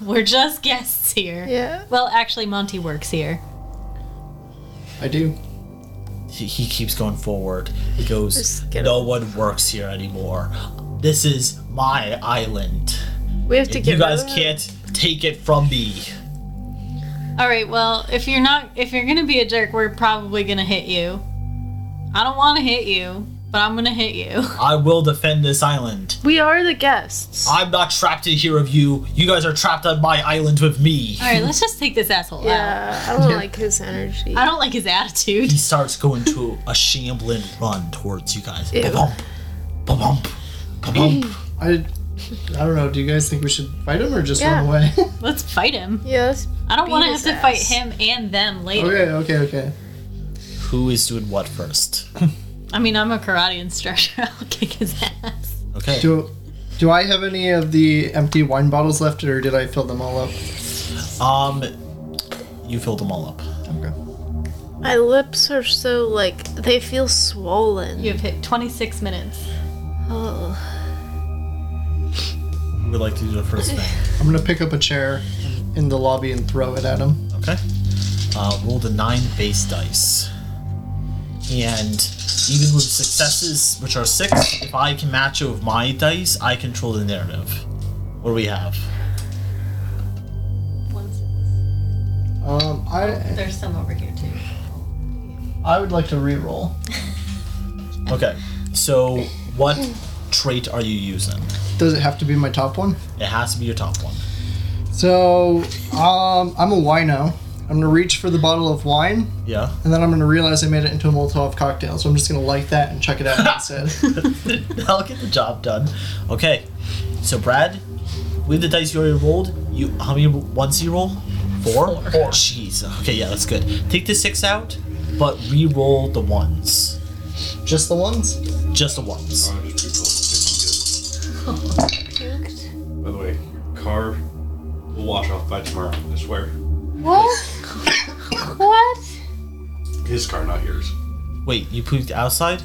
[SPEAKER 3] We're just guests here.
[SPEAKER 5] Yeah.
[SPEAKER 3] Well, actually, Monty works here.
[SPEAKER 2] I do.
[SPEAKER 1] he, he keeps going forward. He goes,
[SPEAKER 5] Just get
[SPEAKER 1] No one works here anymore. This is my island.
[SPEAKER 5] We have to get
[SPEAKER 1] You
[SPEAKER 5] rid
[SPEAKER 1] guys
[SPEAKER 5] of that.
[SPEAKER 1] can't take it from me.
[SPEAKER 3] All right. Well, if you're not, if you're gonna be a jerk, we're probably gonna hit you. I don't want to hit you, but I'm gonna hit you.
[SPEAKER 1] I will defend this island.
[SPEAKER 5] We are the guests.
[SPEAKER 1] I'm not trapped in here of you. You guys are trapped on my island with me.
[SPEAKER 3] All right. Let's just take this asshole out.
[SPEAKER 5] yeah. I don't like his energy.
[SPEAKER 3] I don't like his attitude.
[SPEAKER 1] He starts going to a shambling run towards you guys.
[SPEAKER 5] Ew.
[SPEAKER 1] Ba-bump, ba-bump, ba-bump.
[SPEAKER 2] I, I don't know. Do you guys think we should fight him or just run
[SPEAKER 5] Yeah.
[SPEAKER 2] away?
[SPEAKER 3] Let's fight him.
[SPEAKER 5] Yes.
[SPEAKER 3] I don't
[SPEAKER 5] Beat
[SPEAKER 3] want to have
[SPEAKER 5] his
[SPEAKER 3] to fight
[SPEAKER 5] ass.
[SPEAKER 3] him and them later.
[SPEAKER 2] okay, okay, okay.
[SPEAKER 1] Who is doing what first?
[SPEAKER 3] I mean, I'm a karate instructor. I'll kick his ass.
[SPEAKER 1] Okay.
[SPEAKER 2] Do do I have any of the empty wine bottles left, or did I fill them all up?
[SPEAKER 1] Um, you filled them all up.
[SPEAKER 2] Okay.
[SPEAKER 5] My lips are so like they feel swollen.
[SPEAKER 3] You have hit 26 minutes.
[SPEAKER 5] Oh.
[SPEAKER 1] Who would like to do the first thing?
[SPEAKER 2] I'm gonna pick up a chair in the lobby and throw it at him.
[SPEAKER 1] Okay. Uh, roll the nine base dice. And even with successes, which are six, if I can match it with my dice, I control the narrative. What do we have?
[SPEAKER 2] Um, I
[SPEAKER 3] There's some over here too.
[SPEAKER 2] I would like to re-roll.
[SPEAKER 1] Okay. So, what trait are you using?
[SPEAKER 2] Does it have to be my top one?
[SPEAKER 1] It has to be your top one.
[SPEAKER 2] So, um, I'm a wino. I'm gonna reach for the bottle of wine,
[SPEAKER 1] Yeah.
[SPEAKER 2] and then I'm gonna realize I made it into a Molotov cocktail. So I'm just gonna light that and chuck it out instead.
[SPEAKER 1] I'll get the job done. Okay. So, Brad, with the dice you already rolled, you how many ones you roll? Four. Four. Jeez. Okay. Yeah, that's good. Take the six out, but re-roll the ones.
[SPEAKER 2] Just the ones.
[SPEAKER 1] Just the ones.
[SPEAKER 4] By the way, car will wash off by tomorrow. I swear.
[SPEAKER 5] What? what?
[SPEAKER 4] His car, not yours.
[SPEAKER 1] Wait, you pooped outside?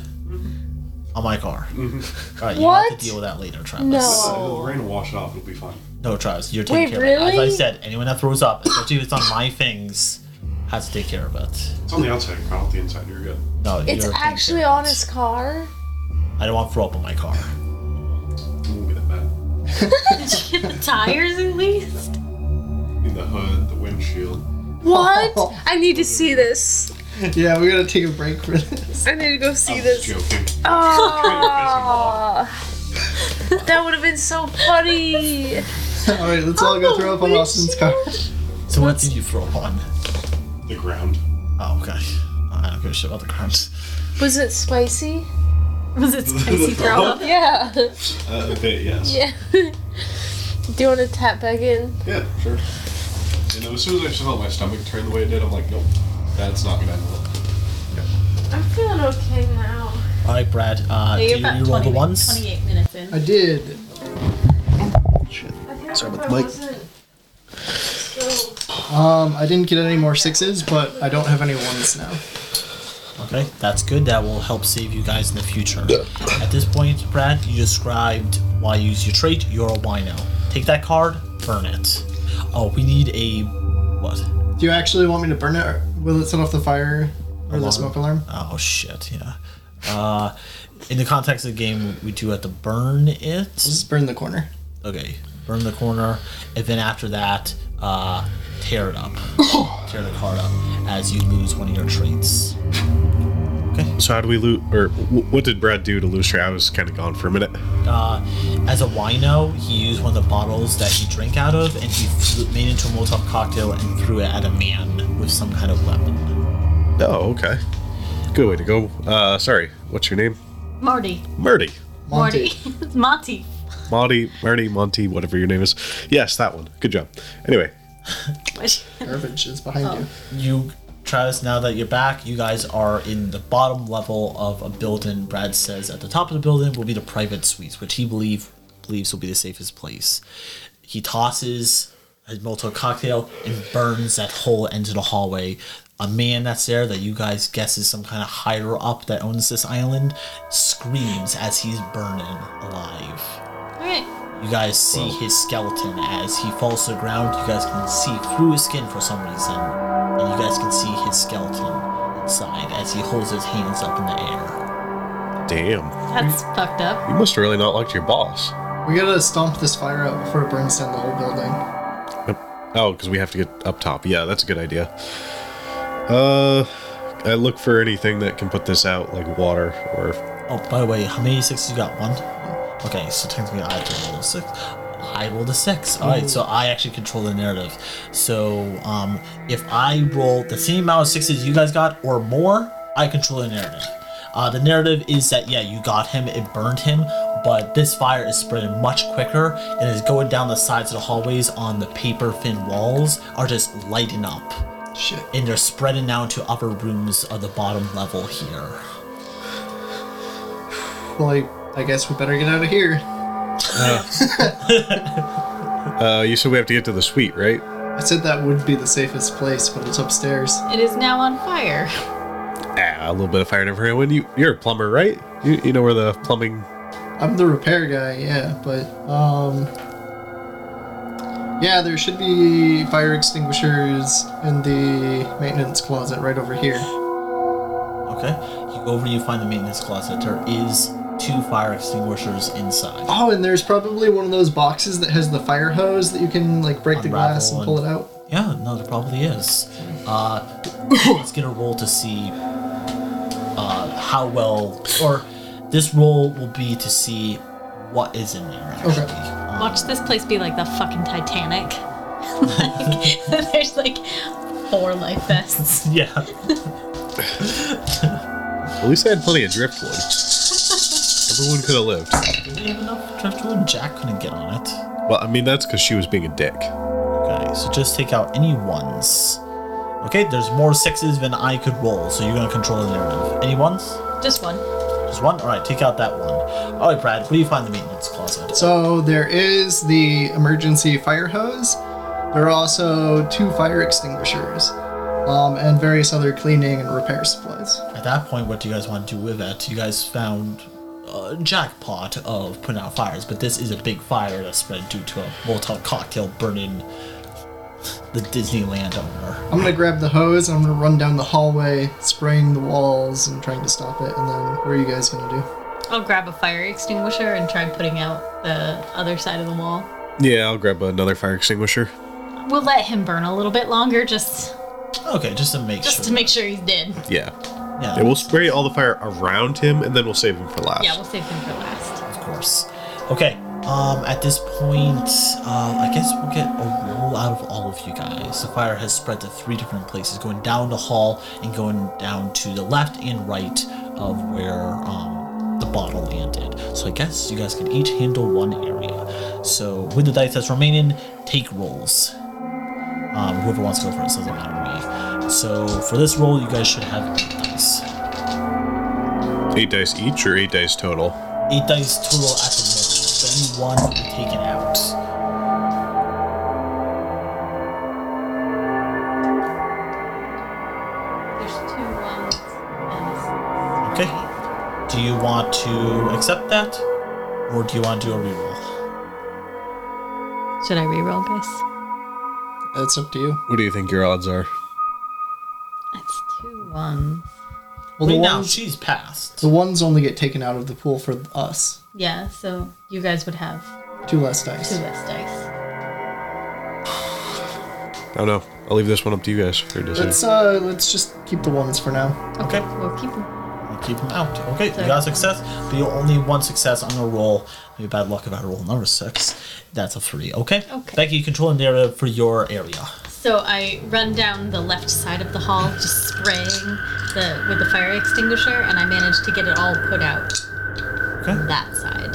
[SPEAKER 1] On my car. Alright, you have
[SPEAKER 5] What?
[SPEAKER 1] to deal with that later, Travis.
[SPEAKER 5] No.
[SPEAKER 4] rain will wash off. It'll be fine.
[SPEAKER 1] No, Travis, you're taking
[SPEAKER 5] Wait,
[SPEAKER 1] care of it. As I
[SPEAKER 5] really?
[SPEAKER 1] said, anyone that throws up, especially if it's on my things, has to take care of it.
[SPEAKER 4] It's on the outside, not on the inside. You're good.
[SPEAKER 1] No,
[SPEAKER 5] It's
[SPEAKER 1] you're taking
[SPEAKER 5] actually
[SPEAKER 1] care of
[SPEAKER 5] on
[SPEAKER 1] it.
[SPEAKER 5] his car.
[SPEAKER 1] I don't want to throw up on my car.
[SPEAKER 4] It won't be that bad.
[SPEAKER 3] Did you get the tires at least?
[SPEAKER 4] I mean, the hood, the windshield.
[SPEAKER 5] What? I need to see this.
[SPEAKER 2] Yeah, we gotta take a break for this.
[SPEAKER 5] I need to go see this.
[SPEAKER 4] Joking.
[SPEAKER 5] Oh, that would have been so funny.
[SPEAKER 2] all right, let's all go throw up on Austin's card.
[SPEAKER 1] So what did you throw on?
[SPEAKER 4] The ground.
[SPEAKER 1] Oh, okay. I don't give a shit about the crimes.
[SPEAKER 5] Was it spicy?
[SPEAKER 3] Was it spicy throw up?
[SPEAKER 5] Yeah.
[SPEAKER 4] Uh, okay, yes.
[SPEAKER 5] Yeah. Do you want to tap back in?
[SPEAKER 4] Yeah, sure. You know, as soon as I felt my stomach turn the way it did, I'm like, nope, that's not gonna end well.
[SPEAKER 5] I'm feeling okay now.
[SPEAKER 1] All right, Brad. Uh, do you, you roll the ones?
[SPEAKER 3] 28 minutes in.
[SPEAKER 2] I did.
[SPEAKER 5] Sorry
[SPEAKER 2] about the mic. Um, I didn't get any more sixes, but I don't have any ones now.
[SPEAKER 1] Okay, that's good. That will help save you guys in the future. At this point, Brad, you described why you use your trait. You're a wino. Take that card, burn it. Oh, we need a what?
[SPEAKER 2] Do you actually want me to burn it? Or will it set off the fire or the
[SPEAKER 1] Alarm.
[SPEAKER 2] smoke alarm?
[SPEAKER 1] Oh shit, yeah. Uh, in the context of the game, we do have to burn it.
[SPEAKER 2] Just burn the corner.
[SPEAKER 1] Okay, burn the corner, and then after that, uh, tear it up. tear the card up as you lose one of your traits.
[SPEAKER 4] So how do we loot, or wh- what did Brad do to lose her? I was kind of gone for a minute.
[SPEAKER 1] uh, as a wino, he used one of the bottles that he drank out of, and he flew, made into a Molotov cocktail and threw it at a man with some kind of weapon.
[SPEAKER 4] Oh, okay. Good way to go. Uh, sorry, what's your name?
[SPEAKER 3] Marty.
[SPEAKER 4] Marty.
[SPEAKER 2] Monty.
[SPEAKER 3] Marty. it's Monty.
[SPEAKER 4] Monty, Marty, Monty, whatever your name is. Yes, that one. Good job. Anyway,
[SPEAKER 3] Which-
[SPEAKER 2] Garbage is behind you.
[SPEAKER 1] You, Travis, now that you're back, you guys are in the bottom level of a building. Brad says at the top of the building will be the private suites, which he believe believes will be the safest place. He tosses his Molotov cocktail and burns that whole end of the hallway. A man that's there that you guys guess is some kind of higher up that owns this island screams as he's burning alive.
[SPEAKER 3] All right.
[SPEAKER 1] You guys see his skeleton as he falls to the ground. You guys can see through his skin for some reason. And you guys can see his skeleton inside as he holds his hands up in the air.
[SPEAKER 4] damn.
[SPEAKER 3] That's fucked up.
[SPEAKER 4] You must have really not liked your boss.
[SPEAKER 2] We gotta stomp this fire out before it burns down the whole building.
[SPEAKER 4] Oh, because we have to get up top. Yeah, that's a good idea. Uh, I look for anything that can put this out, like water or.
[SPEAKER 1] Oh, by the way, how many sixes you got? One? Okay, so technically I have to roll a six. I rolled a six. Alright, so I actually control the narrative. So um, if I roll the same amount of sixes you guys got or more, I control the narrative. Uh, the narrative is that, yeah, you got him, it burned him, but this fire is spreading much quicker and is going down the sides of the hallways on the paper thin walls, are just lighting up.
[SPEAKER 2] Shit.
[SPEAKER 1] And they're spreading now to upper rooms of the bottom level here.
[SPEAKER 2] Well, I, I guess we better get out of here.
[SPEAKER 4] Uh, you said we have to get to the suite, right?
[SPEAKER 2] I said that would be the safest place, but it's upstairs.
[SPEAKER 3] It is now on fire.
[SPEAKER 4] Ah, a little bit of fire in every when you you're a plumber, right? You, you know where the plumbing
[SPEAKER 2] I'm the repair guy, yeah, but um Yeah, there should be fire extinguishers in the maintenance closet right over here.
[SPEAKER 1] Okay. You go over and you find the maintenance closet. There is two fire extinguishers inside.
[SPEAKER 2] Oh, and there's probably one of those boxes that has the fire hose that you can like break the glass and
[SPEAKER 1] Unravel
[SPEAKER 2] pull it
[SPEAKER 1] and-
[SPEAKER 2] out.
[SPEAKER 1] Yeah, no, there probably is. Uh, let's get a roll to see uh, how well, or this roll will be to see what is in there. Actually.
[SPEAKER 2] Okay.
[SPEAKER 1] Uh,
[SPEAKER 3] Watch this place be like the fucking Titanic. like, there's like four life vests.
[SPEAKER 1] yeah.
[SPEAKER 4] At least I had plenty of driftwood. Everyone could have lived.
[SPEAKER 1] Did we have enough driftwood? Jack couldn't get on it.
[SPEAKER 4] Well, I mean that's because she was being a dick.
[SPEAKER 1] Okay, so just take out any ones. Okay, there's more sixes than I could roll, so you're gonna control the narrative. Any ones?
[SPEAKER 3] Just one.
[SPEAKER 1] There's one. All right, take out that one. All right, Brad, where do you find the maintenance closet?
[SPEAKER 2] So there is the emergency fire hose. There are also two fire extinguishers. Um, and various other cleaning and repair supplies.
[SPEAKER 1] At that point, what do you guys want to do with it? You guys found a jackpot of putting out fires, but this is a big fire that spread due to a Molotov cocktail burning the Disneyland owner.
[SPEAKER 2] I'm gonna grab the hose and I'm gonna run down the hallway, spraying the walls and trying to stop it. And then, what are you guys gonna do?
[SPEAKER 3] I'll grab a fire extinguisher and try putting out the other side of the wall.
[SPEAKER 4] Yeah, I'll grab another fire extinguisher.
[SPEAKER 3] We'll let him burn a little bit longer, just
[SPEAKER 1] Okay, just to make
[SPEAKER 3] Just
[SPEAKER 1] sure.
[SPEAKER 3] to make sure he's dead.
[SPEAKER 4] Yeah.
[SPEAKER 1] yeah,
[SPEAKER 4] And we'll spray all the fire around him and then we'll save him for last.
[SPEAKER 3] Yeah, we'll save him for last.
[SPEAKER 1] of course. Okay. Um, at this point, uh, I guess we'll get a roll out of all of you guys. The fire has spread to three different places, going down the hall and going down to the left and right of where um, the bottle landed. So I guess you guys can each handle one area. So with the dice that's remaining, take rolls. Um, whoever wants to go first doesn't matter to me. So for this roll, you guys should have eight dice.
[SPEAKER 4] Eight dice each or eight dice total?
[SPEAKER 1] eight dice total at the moment. So only one will be taken out.
[SPEAKER 3] There's two ones.
[SPEAKER 1] Okay. Do you want to accept that, or do you want to do a reroll?
[SPEAKER 3] Should I reroll, guys?
[SPEAKER 2] That's up to you.
[SPEAKER 4] What do you think your odds are?
[SPEAKER 3] It's two ones.
[SPEAKER 2] Well,
[SPEAKER 1] Right
[SPEAKER 2] the
[SPEAKER 1] now,
[SPEAKER 2] ones,
[SPEAKER 1] she's passed.
[SPEAKER 2] the ones only get taken out of the pool for us.
[SPEAKER 3] Yeah, so you guys would have
[SPEAKER 2] Two less
[SPEAKER 3] two
[SPEAKER 2] dice.
[SPEAKER 3] less dice.
[SPEAKER 4] I don't know. I'll leave this one up to you guys for your decision.
[SPEAKER 2] Let's uh, let's just keep the ones for now.
[SPEAKER 1] Okay.
[SPEAKER 3] We'll keep them.
[SPEAKER 1] We'll keep them out. Okay, you got a success, but you only one success on a roll. Maybe bad luck if I roll number six. That's a three. Okay.
[SPEAKER 3] Okay.
[SPEAKER 1] Becky, control an area for your area.
[SPEAKER 3] So I run down the left side of the hall, just spraying the with the fire extinguisher, and I manage to get it all put out
[SPEAKER 1] Okay.
[SPEAKER 3] that side.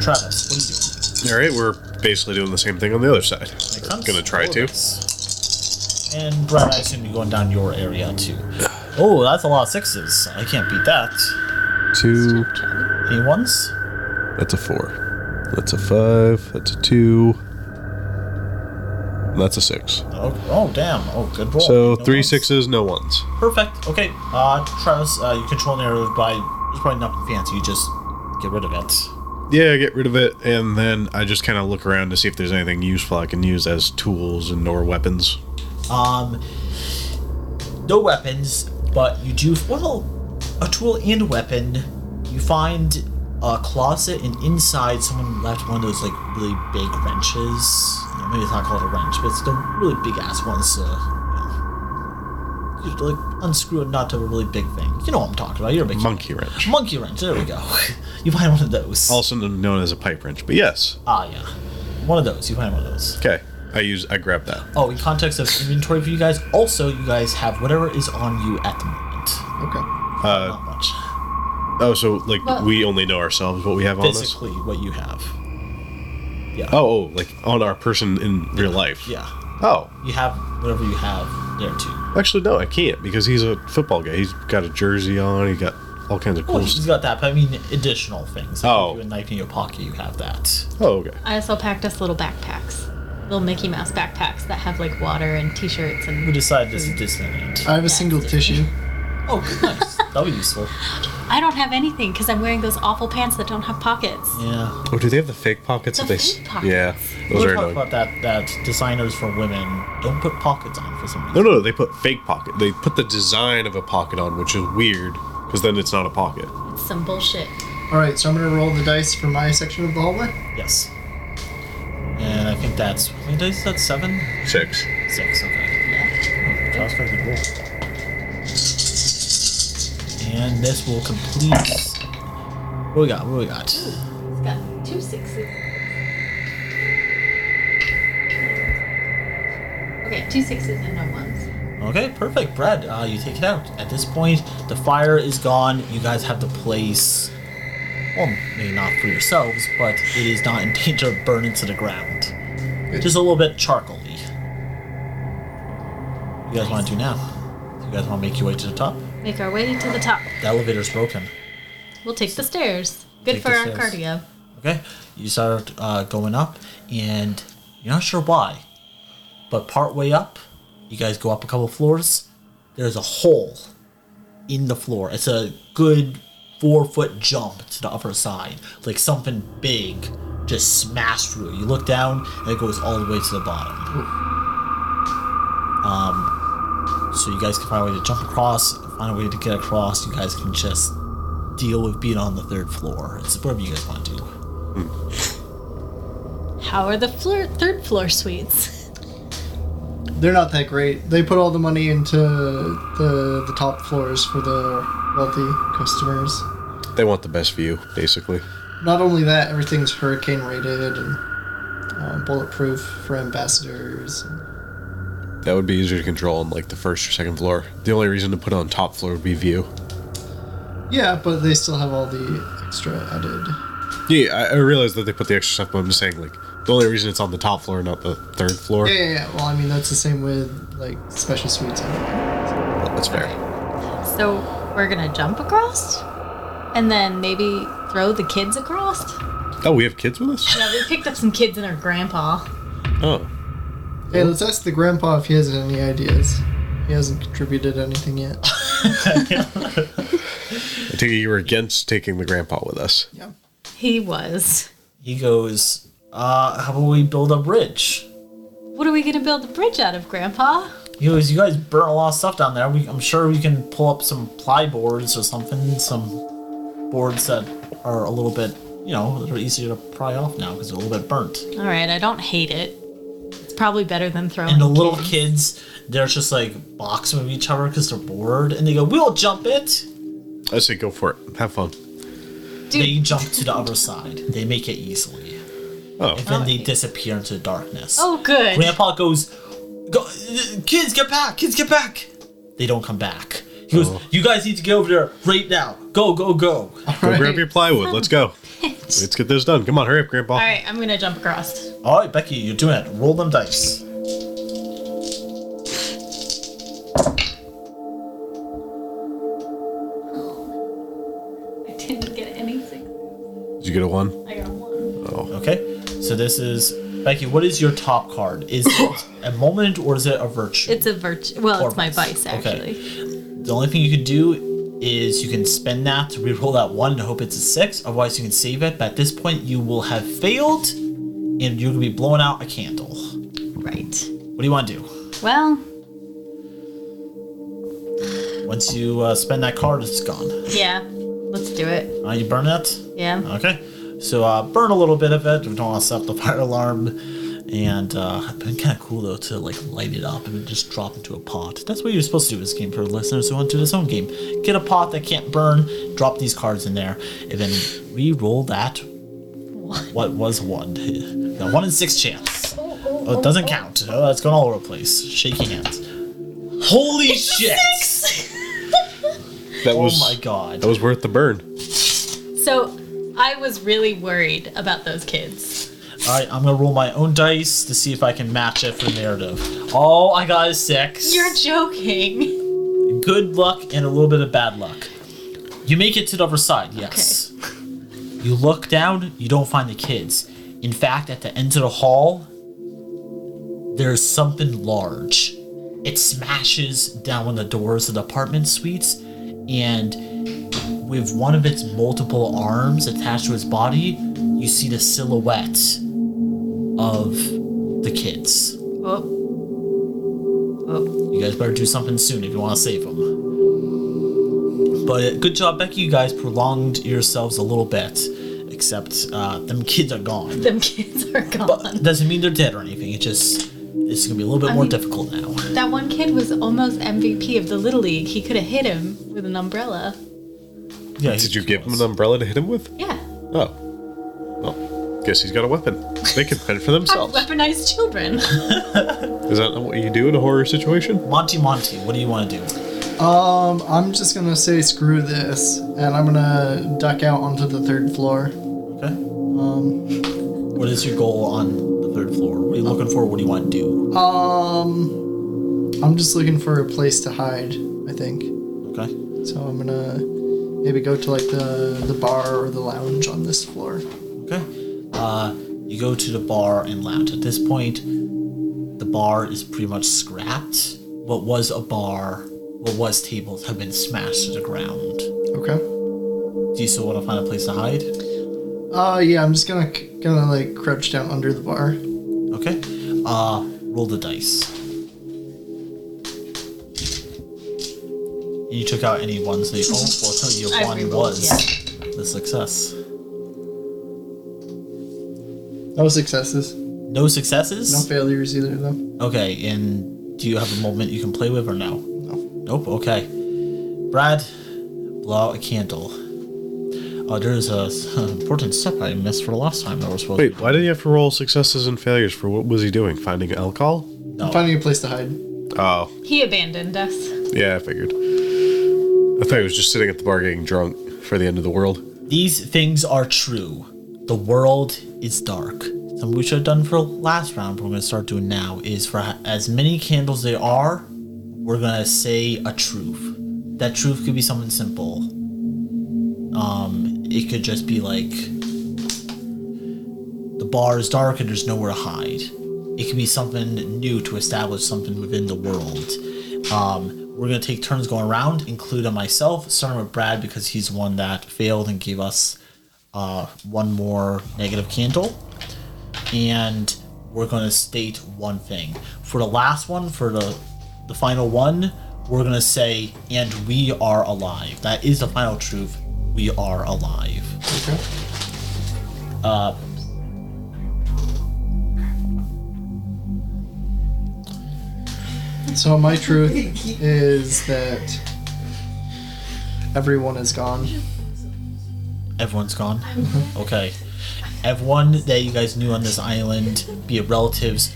[SPEAKER 1] Travis, what are you doing?
[SPEAKER 4] All right, we're basically doing the same thing on the other side.
[SPEAKER 1] Make
[SPEAKER 4] I'm
[SPEAKER 1] sense?
[SPEAKER 4] gonna try
[SPEAKER 1] Roll
[SPEAKER 4] to.
[SPEAKER 1] dice. And Brad, I assume you're going down your area too. Oh, that's a lot of sixes. I can't beat that.
[SPEAKER 4] Two.
[SPEAKER 3] Chug.
[SPEAKER 1] Any ones?
[SPEAKER 4] That's a four. That's a five. That's a two. That's a six.
[SPEAKER 1] Oh, oh damn. Oh, good roll.
[SPEAKER 4] So
[SPEAKER 1] No
[SPEAKER 4] three
[SPEAKER 1] ones.
[SPEAKER 4] sixes, no ones.
[SPEAKER 1] Perfect. Okay. Uh, Travis, uh, you control an arrow by. It's probably nothing fancy. You just get rid of it.
[SPEAKER 4] Yeah, I get rid of it, and then I just kind of look around to see if there's anything useful I can use as tools and or weapons.
[SPEAKER 1] Um, no weapons, but you do. Well, a tool and weapon. You find a closet, and inside someone left one of those like really big wrenches. You know, maybe it's not called a wrench, but it's the really big ass ones. Uh, you know, you like unscrew a nut of a really big thing. You know what I'm talking about. You're a big
[SPEAKER 4] Monkey wrench,
[SPEAKER 1] Monkey wrench. There we go. you find one of those.
[SPEAKER 4] also known as a pipe wrench. But yes,
[SPEAKER 1] Ah, yeah. One of those. You find one of those.
[SPEAKER 4] okay. I use. I grab that.
[SPEAKER 1] Oh, in context of inventory for you guys, also you guys have whatever is on you at the moment.
[SPEAKER 2] Okay.
[SPEAKER 1] Not much.
[SPEAKER 4] Uh, Oh, so like
[SPEAKER 3] Well-
[SPEAKER 4] we only know ourselves what we have on us.
[SPEAKER 1] Physically, what you have.
[SPEAKER 4] Oh, oh, like on our person in real life.
[SPEAKER 1] Yeah.
[SPEAKER 4] Oh,
[SPEAKER 1] You have whatever you have there too.
[SPEAKER 4] Actually, no, I can't because he's a football guy. He's got a jersey on. He got all kinds of cool
[SPEAKER 1] Well, he's
[SPEAKER 4] stuff.
[SPEAKER 1] got that, but I mean additional things. Like
[SPEAKER 4] Oh.
[SPEAKER 1] If you have a knife in your pocket, you have that.
[SPEAKER 4] Oh, okay.
[SPEAKER 3] I also packed us little backpacks, little Mickey Mouse backpacks that have like water and T-shirts and.
[SPEAKER 1] Who decided this is Disneyland?
[SPEAKER 2] I have a single tissue.
[SPEAKER 1] Oh, good, nice. That'll be useful.
[SPEAKER 3] I don't have anything because I'm wearing those awful pants that don't have pockets.
[SPEAKER 1] Yeah.
[SPEAKER 4] Oh, do they have the fake pockets?
[SPEAKER 3] The
[SPEAKER 4] that they s-
[SPEAKER 3] fake pockets.
[SPEAKER 4] Yeah,
[SPEAKER 1] We'll
[SPEAKER 4] those are
[SPEAKER 1] talk
[SPEAKER 4] annoying.
[SPEAKER 1] about that. That designers for women don't put pockets on for some reason.
[SPEAKER 4] No, no, they put fake pocket. They put the design of a pocket on, which is weird because then it's not a pocket.
[SPEAKER 3] It's some bullshit.
[SPEAKER 2] All right, so I'm gonna roll the dice for my section of the hallway.
[SPEAKER 1] Yes. And I think that's. I mean, is that seven?
[SPEAKER 4] Six.
[SPEAKER 1] Six, okay.
[SPEAKER 3] Yeah.
[SPEAKER 1] That's pretty good roll. And this will complete. What we got? What we got?
[SPEAKER 3] It's got two sixes. Okay, two sixes and no ones.
[SPEAKER 1] Okay, perfect. Brad, uh, you take it out. At this point, the fire is gone. You guys have the place. Well, maybe not for yourselves, but it is not in danger of burning to the ground. Just a little bit charcoaly. You guys want to do now? You guys want to make your way to the top?
[SPEAKER 3] Make our way to the top.
[SPEAKER 1] The elevator's broken.
[SPEAKER 3] We'll take the stairs. Good
[SPEAKER 1] Take
[SPEAKER 3] for
[SPEAKER 1] the
[SPEAKER 3] our
[SPEAKER 1] stairs.
[SPEAKER 3] cardio.
[SPEAKER 1] Okay, you start uh, going up, and you're not sure why, but part way up, you guys go up a couple floors. There's a hole in the floor. It's a good four foot jump to the upper side, like something big just smashed through. You look down, and it goes all the way to the bottom. Um, so you guys can find a way to jump across, find a way to get across. You guys can just deal with being on the third floor. It's whatever you guys want to do.
[SPEAKER 3] How are the floor, third floor suites?
[SPEAKER 2] They're not that great. They put all the money into the the top floors for the wealthy customers.
[SPEAKER 4] They want the best view, basically.
[SPEAKER 2] Not only that, everything's hurricane rated and uh, bulletproof for ambassadors.
[SPEAKER 4] That would be easier to control on like the first or second floor. The only reason to put it on top floor would be view.
[SPEAKER 2] Yeah, but they still have all the extra added.
[SPEAKER 4] Yeah, I, I realize that they put the extra stuff, but I'm just saying like the only reason it's on the top floor, not the third floor.
[SPEAKER 2] Yeah, yeah, yeah. Well, I mean that's the same with like special suites. and everything.
[SPEAKER 4] Well, that's fair.
[SPEAKER 3] So we're gonna jump across, and then maybe throw the kids across.
[SPEAKER 4] Oh, we have kids with us.
[SPEAKER 3] No, we picked up some kids and our grandpa.
[SPEAKER 4] Oh,
[SPEAKER 2] Hey, let's ask the grandpa if he has any ideas. He hasn't contributed anything yet.
[SPEAKER 4] I take it you were against taking the grandpa with us.
[SPEAKER 2] yeah.
[SPEAKER 3] He was.
[SPEAKER 1] He goes, uh, how about we build a bridge?
[SPEAKER 3] What are we gonna build a bridge out of, Grandpa?
[SPEAKER 1] He goes, you guys burn a lot of stuff down there. We, I'm sure we can pull up some ply boards or something, some boards that are a little bit, you know, they're easier to pry off now because they're a little bit burnt.
[SPEAKER 3] All right, I don't hate it. It's probably better than throwing.
[SPEAKER 1] And the little
[SPEAKER 3] kids.
[SPEAKER 1] kids, they're just like boxing with each other because they're bored, and they go, "We'll jump it."
[SPEAKER 4] I say go for it. Have fun.
[SPEAKER 1] They jump to the other side. They make it easily,
[SPEAKER 4] Oh,
[SPEAKER 1] and then they disappear into the darkness.
[SPEAKER 3] Oh, good.
[SPEAKER 1] Grandpa goes, go, kids, get back, kids, get back. They don't come back. He goes, you guys need to get over there right now. Go, go, go.
[SPEAKER 4] go grab your plywood. Let's go. Let's get this done. Come on, hurry up, grandpa.
[SPEAKER 3] All right, I'm gonna jump across.
[SPEAKER 1] All right, Becky, you're doing it. Roll them dice.
[SPEAKER 3] I didn't get anything.
[SPEAKER 4] Did you get a one?
[SPEAKER 3] I got one.
[SPEAKER 1] Okay, so this is Becky. What is your top card? Is it a moment or is it a virtue?
[SPEAKER 3] It's a virtue. Well, it's my
[SPEAKER 1] Performance.
[SPEAKER 3] vice
[SPEAKER 1] Okay.
[SPEAKER 3] actually.
[SPEAKER 1] the only thing you can do is you can spend that to reroll that one to hope it's a six. Otherwise, you can save it. But at this point, you will have failed, and you're gonna be blowing out a candle.
[SPEAKER 3] Right.
[SPEAKER 1] What do you want to do?
[SPEAKER 3] Well,
[SPEAKER 1] Once you uh, spend that card, it's gone.
[SPEAKER 3] yeah. Let's do it.
[SPEAKER 1] Uh, you burn it?
[SPEAKER 3] Yeah.
[SPEAKER 1] Okay. So uh, burn a little bit of it. We don't want to set the fire alarm. And uh, it's been kind of cool though to like light it up and then just drop into a pot. That's what you're supposed to do in this game for listeners who want to do this own game. Get a pot that can't burn, drop these cards in there, and then re-roll that. What was one? The one in six chance. Oh, it doesn't count. Oh, it's going all over the place. Shaking hands. Holy shit!
[SPEAKER 4] That
[SPEAKER 1] Oh
[SPEAKER 4] was
[SPEAKER 1] my god.
[SPEAKER 4] That was worth the burn.
[SPEAKER 3] So, I was really worried about those kids.
[SPEAKER 1] All right, I'm gonna roll my own dice to see if I can match it for narrative. Oh, I got a six.
[SPEAKER 3] You're joking.
[SPEAKER 1] Good luck and a little bit of bad luck. You make it to the other side. Yes. You look down. You don't find the kids. In fact, at the end of the hall, there's something large. It smashes down on the doors of the apartment suites, and with one of its multiple arms attached to its body, you see the silhouette of the kids.
[SPEAKER 3] Oh,
[SPEAKER 1] You guys better do something soon if you want to save them. But uh, good job, Becky. You guys prolonged yourselves a little bit, except uh, them kids are gone.
[SPEAKER 3] them kids are gone.
[SPEAKER 1] Doesn't mean they're dead or anything. It just it's gonna be a little bit more
[SPEAKER 3] mean-
[SPEAKER 1] difficult now.
[SPEAKER 3] That one kid was almost MVP of the Little League. He could have hit him with an umbrella.
[SPEAKER 1] Yeah.
[SPEAKER 4] Did you give him an umbrella to hit him with?
[SPEAKER 3] Yeah.
[SPEAKER 4] Oh. Well, guess he's got a weapon. They can fend for
[SPEAKER 3] I've
[SPEAKER 4] themselves.
[SPEAKER 3] weaponized children.
[SPEAKER 4] Is that not what you do in a horror situation?
[SPEAKER 1] Monty, Monty, what do you want to do?
[SPEAKER 2] Um, I'm just gonna say screw this, and I'm gonna duck out onto the third floor.
[SPEAKER 1] Okay. Um. What is your goal on the third floor? What are you looking for? What do you want to do?
[SPEAKER 2] Um, I'm just looking for a place to hide. I think
[SPEAKER 1] Okay.
[SPEAKER 2] so. I'm gonna maybe go to like the the bar or the lounge on this floor.
[SPEAKER 1] Okay. Uh, you go to the bar and lounge. At this point, the bar is pretty much scrapped. What was a bar, what was tables, have been smashed to the ground.
[SPEAKER 2] Okay.
[SPEAKER 1] Do you still want to find a place to hide?
[SPEAKER 2] Uh, yeah, I'm just gonna gonna like crouch down under the bar.
[SPEAKER 1] Okay. Uh, roll the dice. You took out any ones that you oh well tell you
[SPEAKER 3] I
[SPEAKER 1] one
[SPEAKER 3] rerolled,
[SPEAKER 1] was the success.
[SPEAKER 2] No successes,
[SPEAKER 1] No successes?
[SPEAKER 2] no failures either though.
[SPEAKER 1] Okay, and do you have a moment you can play with or no? No. Nope. Okay. Brad, blow out a candle. Oh, there is a an important step I missed for last time. That we're supposed
[SPEAKER 4] Wait, why did he have to roll successes and failures for what was he doing? Finding alcohol?
[SPEAKER 1] No.
[SPEAKER 2] I'm finding a place to hide.
[SPEAKER 4] Oh,
[SPEAKER 3] He abandoned us.
[SPEAKER 4] yeah, I figured. I thought he was just sitting at the bar getting drunk for the end of the world.
[SPEAKER 1] These things are true. The world is dark. Something we should have done for last round, but we're gonna start doing now is for h- as many candles there are, we're gonna say a truth. That truth could be something simple. Um, it could just be like the bar is dark and there's nowhere to hide. It could be something new to establish something within the world. Um, we're gonna take turns going around, including myself, starting with Brad because he's the one that failed and gave us uh, one more negative candle, and we're gonna state one thing. For the last one, for the the final one, we're gonna say, "And we are alive." That is the final truth. We are alive.
[SPEAKER 2] Okay. So my truth is that everyone is gone.
[SPEAKER 1] Everyone's gone. Okay. Everyone that you guys knew on this island, be it relatives,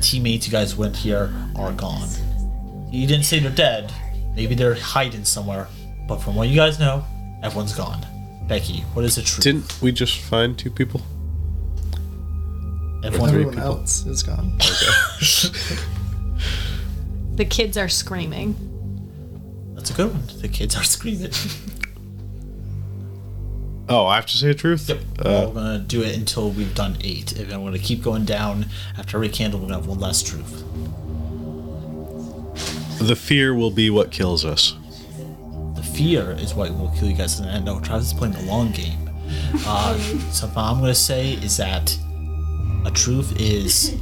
[SPEAKER 1] teammates you guys went here, are gone. You didn't say they're dead. Maybe they're hiding somewhere. But from what you guys know, everyone's gone. Becky, what is the truth?
[SPEAKER 4] Didn't we just find two people?
[SPEAKER 1] Everyone,
[SPEAKER 2] everyone
[SPEAKER 4] people.
[SPEAKER 2] else is gone.
[SPEAKER 3] The kids are screaming.
[SPEAKER 1] That's a good one. The kids are screaming.
[SPEAKER 4] Oh, I have to say the truth?
[SPEAKER 1] We're all gonna do it until we've done eight. And then we're gonna keep going down. After every candle, we're gonna have one less truth.
[SPEAKER 4] The fear will be what kills us.
[SPEAKER 1] The fear is what will kill you guys in the end. No, Travis is playing the long game. Uh, something I'm going to say is that a truth is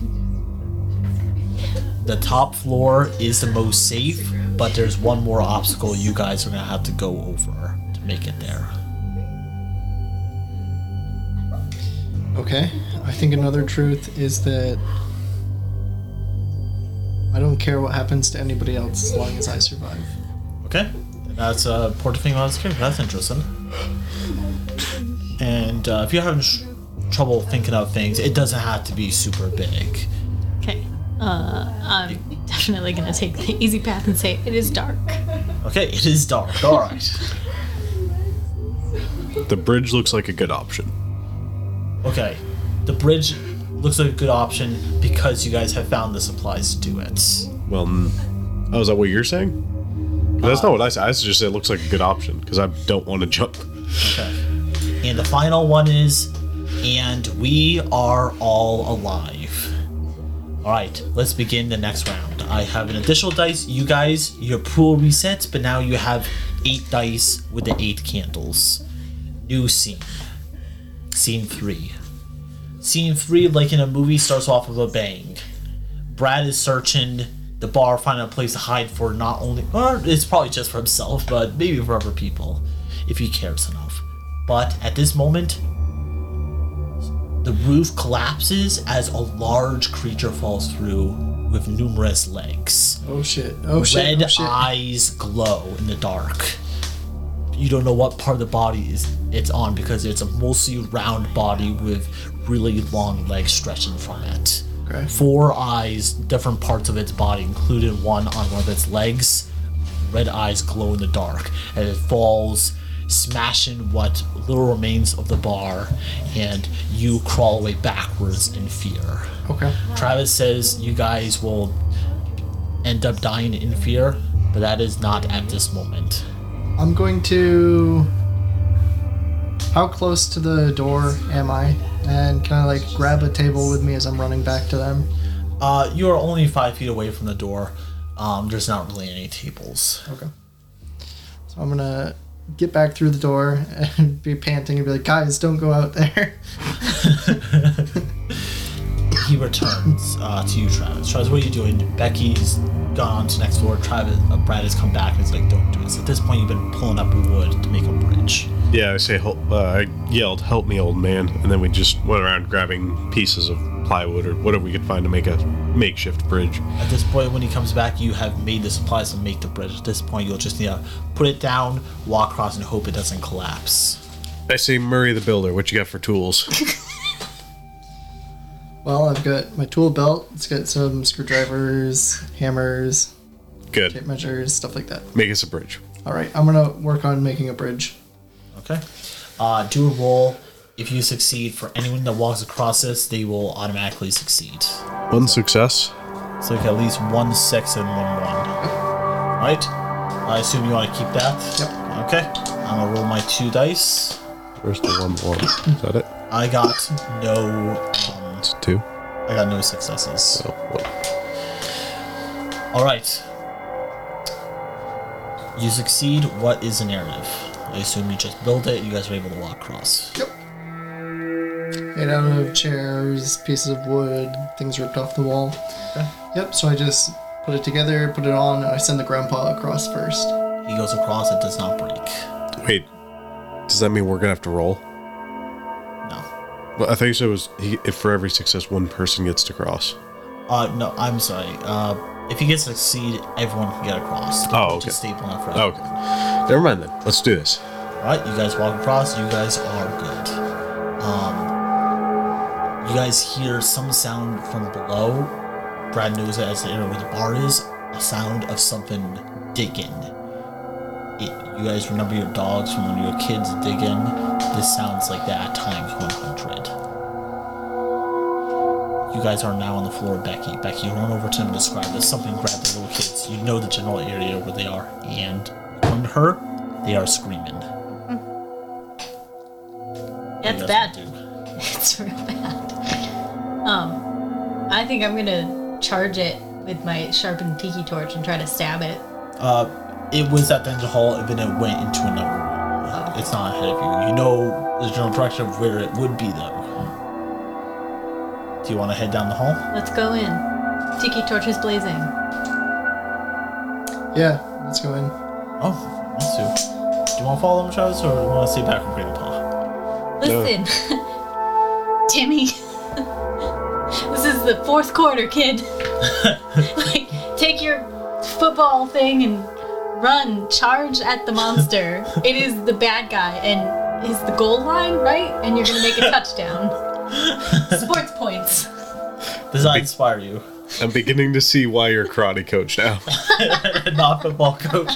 [SPEAKER 1] the top floor is the most safe, but there's one more obstacle you guys are going to have to go over to make it there.
[SPEAKER 2] Okay. I think another truth is that I don't care what happens to anybody else as long as I survive.
[SPEAKER 1] Okay. That's a important thing about this character. That's interesting. And uh, if you're having sh- trouble thinking of things, it doesn't have to be super big.
[SPEAKER 3] Okay. Uh, I'm definitely gonna take the easy path and say it is dark.
[SPEAKER 1] Okay, it is dark. All right.
[SPEAKER 4] The bridge looks like a good option.
[SPEAKER 1] Okay, the bridge looks like a good option because you guys have found the supplies to do it.
[SPEAKER 4] Well, mm, oh, is that what you're saying? 'Cause That's not what I said. I just said it looks like a good option because I don't want to jump.
[SPEAKER 1] Okay. And the final one is, and we are all alive. All right, let's begin the next round. I have an additional dice. You guys, your pool resets, but now you have eight dice with the eight candles. New scene. Scene three. Scene three, like in a movie, starts off with a bang. Brad is searching the bar, finding a place to hide for not only, or it's probably just for himself, but maybe for other people, if he cares enough. But at this moment, the roof collapses as a large creature falls through with numerous legs.
[SPEAKER 2] Oh shit. Oh shit.
[SPEAKER 1] Red
[SPEAKER 2] Oh, shit.
[SPEAKER 1] eyes glow in the dark. You don't know what part of the body is it's on because it's a mostly round body with really long legs stretching from it
[SPEAKER 2] Okay.
[SPEAKER 1] four eyes, different parts of its body, including one on one of its legs. Red eyes glow in the dark, and it falls, smashing what little remains of the bar, and you crawl away backwards in fear.
[SPEAKER 2] Okay.
[SPEAKER 1] Travis says you guys will end up dying in fear, but that is not at this moment.
[SPEAKER 2] I'm going to. How close to the door am I? And can I like grab a table with me as I'm running back to them?
[SPEAKER 1] Uh, you are only five feet away from the door. Um, there's not really any tables.
[SPEAKER 2] Okay. So I'm gonna get back through the door and be panting and be like, guys, don't go out there.
[SPEAKER 1] he returns uh, to you, Travis. Travis, what are you doing? Becky's gone to next door. Travis, uh, Brad has come back and he's like, "Don't do this." At this point, you've been pulling up wood to make a bridge.
[SPEAKER 4] Yeah, I say, help, uh, I yelled, "Help me, old man!" And then we just went around grabbing pieces of plywood or whatever we could find to make a makeshift bridge.
[SPEAKER 1] At this point, when he comes back, you have made the supplies to make the bridge. At this point, you'll just need to put it down, walk across, and hope it doesn't collapse.
[SPEAKER 4] I say, Murray the Builder, what you got for tools?
[SPEAKER 2] Well, I've got my tool belt. It's got some screwdrivers, hammers, tape
[SPEAKER 4] Good.
[SPEAKER 2] measures, stuff like that.
[SPEAKER 4] Make us a bridge.
[SPEAKER 2] All right, I'm gonna work on making a bridge.
[SPEAKER 1] Okay. Uh, do a roll. If you succeed, for anyone that walks across this, they will automatically succeed.
[SPEAKER 4] One success.
[SPEAKER 1] So you get at least one six and one one. Right? I assume you want to keep that?
[SPEAKER 2] Yep.
[SPEAKER 1] Okay. I'm going to roll my two dice.
[SPEAKER 4] Where's the one one? Is that it?
[SPEAKER 1] I got no. Um,
[SPEAKER 4] It's two.
[SPEAKER 1] I got no successes.
[SPEAKER 4] Oh, what? Oh.
[SPEAKER 1] All right. You succeed. What is the narrative? I assume you just build it. You guys are able to walk across.
[SPEAKER 2] Yep. Made out of chairs, pieces of wood, things ripped off the wall. Yep. So I just put it together, put it on, and I send the grandpa across first.
[SPEAKER 1] He goes across. It does not break.
[SPEAKER 4] Wait, does that mean we're gonna have to roll?
[SPEAKER 1] No.
[SPEAKER 4] Well, I think so. It was he, if for every success, one person gets to cross.
[SPEAKER 1] Uh, no. I'm sorry. Uh, if he gets to succeed, everyone can get across.
[SPEAKER 4] Oh,
[SPEAKER 1] Just staple on it forever.
[SPEAKER 4] Okay. Never mind then. Let's do this.
[SPEAKER 1] Alright, you guys walk across, you guys are good. Um, you guys hear some sound from below. Brad knows it as the area where the bar is. A sound of something digging. It, you guys remember your dogs from when you were kids digging? This sounds like that times 100. You guys are now on the floor, Becky. Becky, run over to him and describe this. Something grabbed the little kids. You know the general area where they are. And according to her, they are screaming.
[SPEAKER 3] That's
[SPEAKER 1] Yes,
[SPEAKER 3] bad.
[SPEAKER 1] we do.
[SPEAKER 3] It's real bad. Um, I think I'm gonna charge it with my sharpened tiki torch and try to stab it.
[SPEAKER 1] Uh, it was at the end of the hall, and then it went into another room. Uh,
[SPEAKER 3] Oh.
[SPEAKER 1] It's not ahead of you. You know the general direction of where it would be, though. Do you want to head down the hall?
[SPEAKER 3] Let's go in. Tiki torch is blazing.
[SPEAKER 2] Yeah. Let's go in.
[SPEAKER 1] Oh, let's do. Do you want to follow them, Travis, or do you want to stay back and Grandpa?
[SPEAKER 3] Listen, Timmy, this is the fourth quarter, kid. like, take your football thing and run, charge at the monster. it is the bad guy, and is the goal line right? And you're gonna make a touchdown. Sports points.
[SPEAKER 1] Does that inspire you?
[SPEAKER 4] I'm beginning to see why you're a karate coach now,
[SPEAKER 1] Not football coach.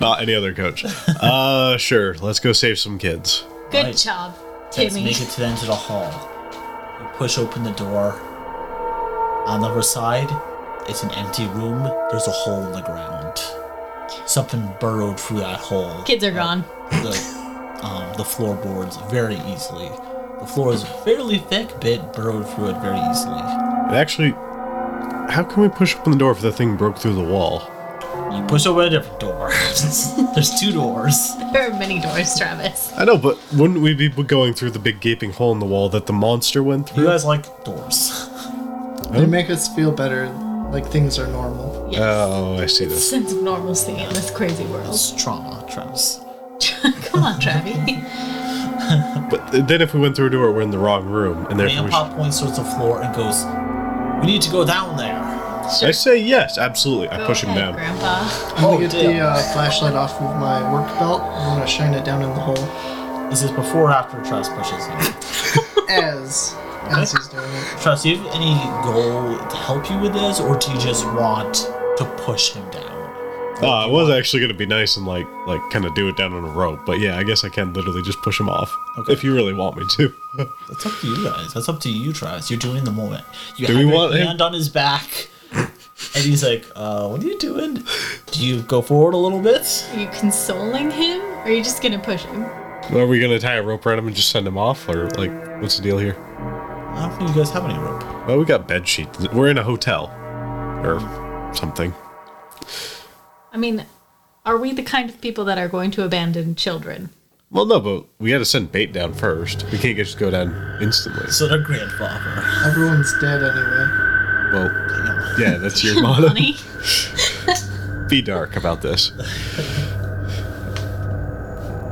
[SPEAKER 4] not any other coach. Uh, sure. Let's go save some kids.
[SPEAKER 3] Good
[SPEAKER 1] Right.
[SPEAKER 3] job,
[SPEAKER 1] Let's
[SPEAKER 3] Timmy.
[SPEAKER 1] make it to the end of the hall. You push open the door. On the other side, it's an empty room. There's a hole in the ground. Something burrowed through that hole.
[SPEAKER 3] Kids are gone.
[SPEAKER 1] the um, the floorboards very easily. The floor is fairly thick, but burrowed through it very easily.
[SPEAKER 4] It actually, how can we push open the door if the thing broke through the wall?
[SPEAKER 1] You push open a different door. There's two doors.
[SPEAKER 3] There are many doors, Travis.
[SPEAKER 4] I know, but wouldn't we be going through the big gaping hole in the wall that the monster went
[SPEAKER 1] You
[SPEAKER 4] through?
[SPEAKER 1] guys like doors. Oh.
[SPEAKER 2] They make us feel better, like things are normal.
[SPEAKER 3] Yes.
[SPEAKER 4] Oh, I see this.
[SPEAKER 3] Sense of normalcy in this crazy world.
[SPEAKER 1] It's trauma, Travis.
[SPEAKER 3] Come on, Travis.
[SPEAKER 4] But then if we went through a door, we're in the wrong room, and therefore we should...
[SPEAKER 1] Grandpa points towards the floor and goes, "We need to go down there."
[SPEAKER 4] I say yes, absolutely. I
[SPEAKER 3] Go
[SPEAKER 4] push him
[SPEAKER 3] ahead,
[SPEAKER 4] down.
[SPEAKER 3] Grandpa.
[SPEAKER 2] I'm gonna
[SPEAKER 1] Oh,
[SPEAKER 2] get the
[SPEAKER 1] damn.
[SPEAKER 2] uh, flashlight off of my work belt. I'm gonna shine it down in the hole.
[SPEAKER 1] This is before or after Travis pushes you.
[SPEAKER 2] As as he's doing it.
[SPEAKER 1] Travis, do you have any goal to help you with this, or do you just want to push him down?
[SPEAKER 4] Oh, I was actually gonna be nice and like like kind of do it down on a rope, but yeah, I guess I can literally just push him off
[SPEAKER 1] Okay.
[SPEAKER 4] if you really want me to.
[SPEAKER 1] That's up to you guys. That's up to you, Travis. You're doing the moment. You
[SPEAKER 4] Do
[SPEAKER 1] have
[SPEAKER 4] we
[SPEAKER 1] your
[SPEAKER 4] want him-
[SPEAKER 1] hand on his back, and he's like, uh, "What are you doing? Do you go forward a little bit?"
[SPEAKER 3] Are you consoling him? Or are you just gonna push him?
[SPEAKER 4] Are we gonna tie a rope around him and just send him off, or like what's the deal here?
[SPEAKER 1] I don't think you guys have any rope.
[SPEAKER 4] Well, we got bed sheets. We're in a hotel or something.
[SPEAKER 3] I mean, are we the kind of people that are going to abandon children?
[SPEAKER 4] Well, no, but we got to send bait down first. We can't just go down instantly.
[SPEAKER 1] So their grandfather.
[SPEAKER 2] Everyone's dead anyway.
[SPEAKER 4] Well,
[SPEAKER 1] Damn.
[SPEAKER 4] yeah, that's your motto.
[SPEAKER 3] Funny.
[SPEAKER 4] Be dark about this.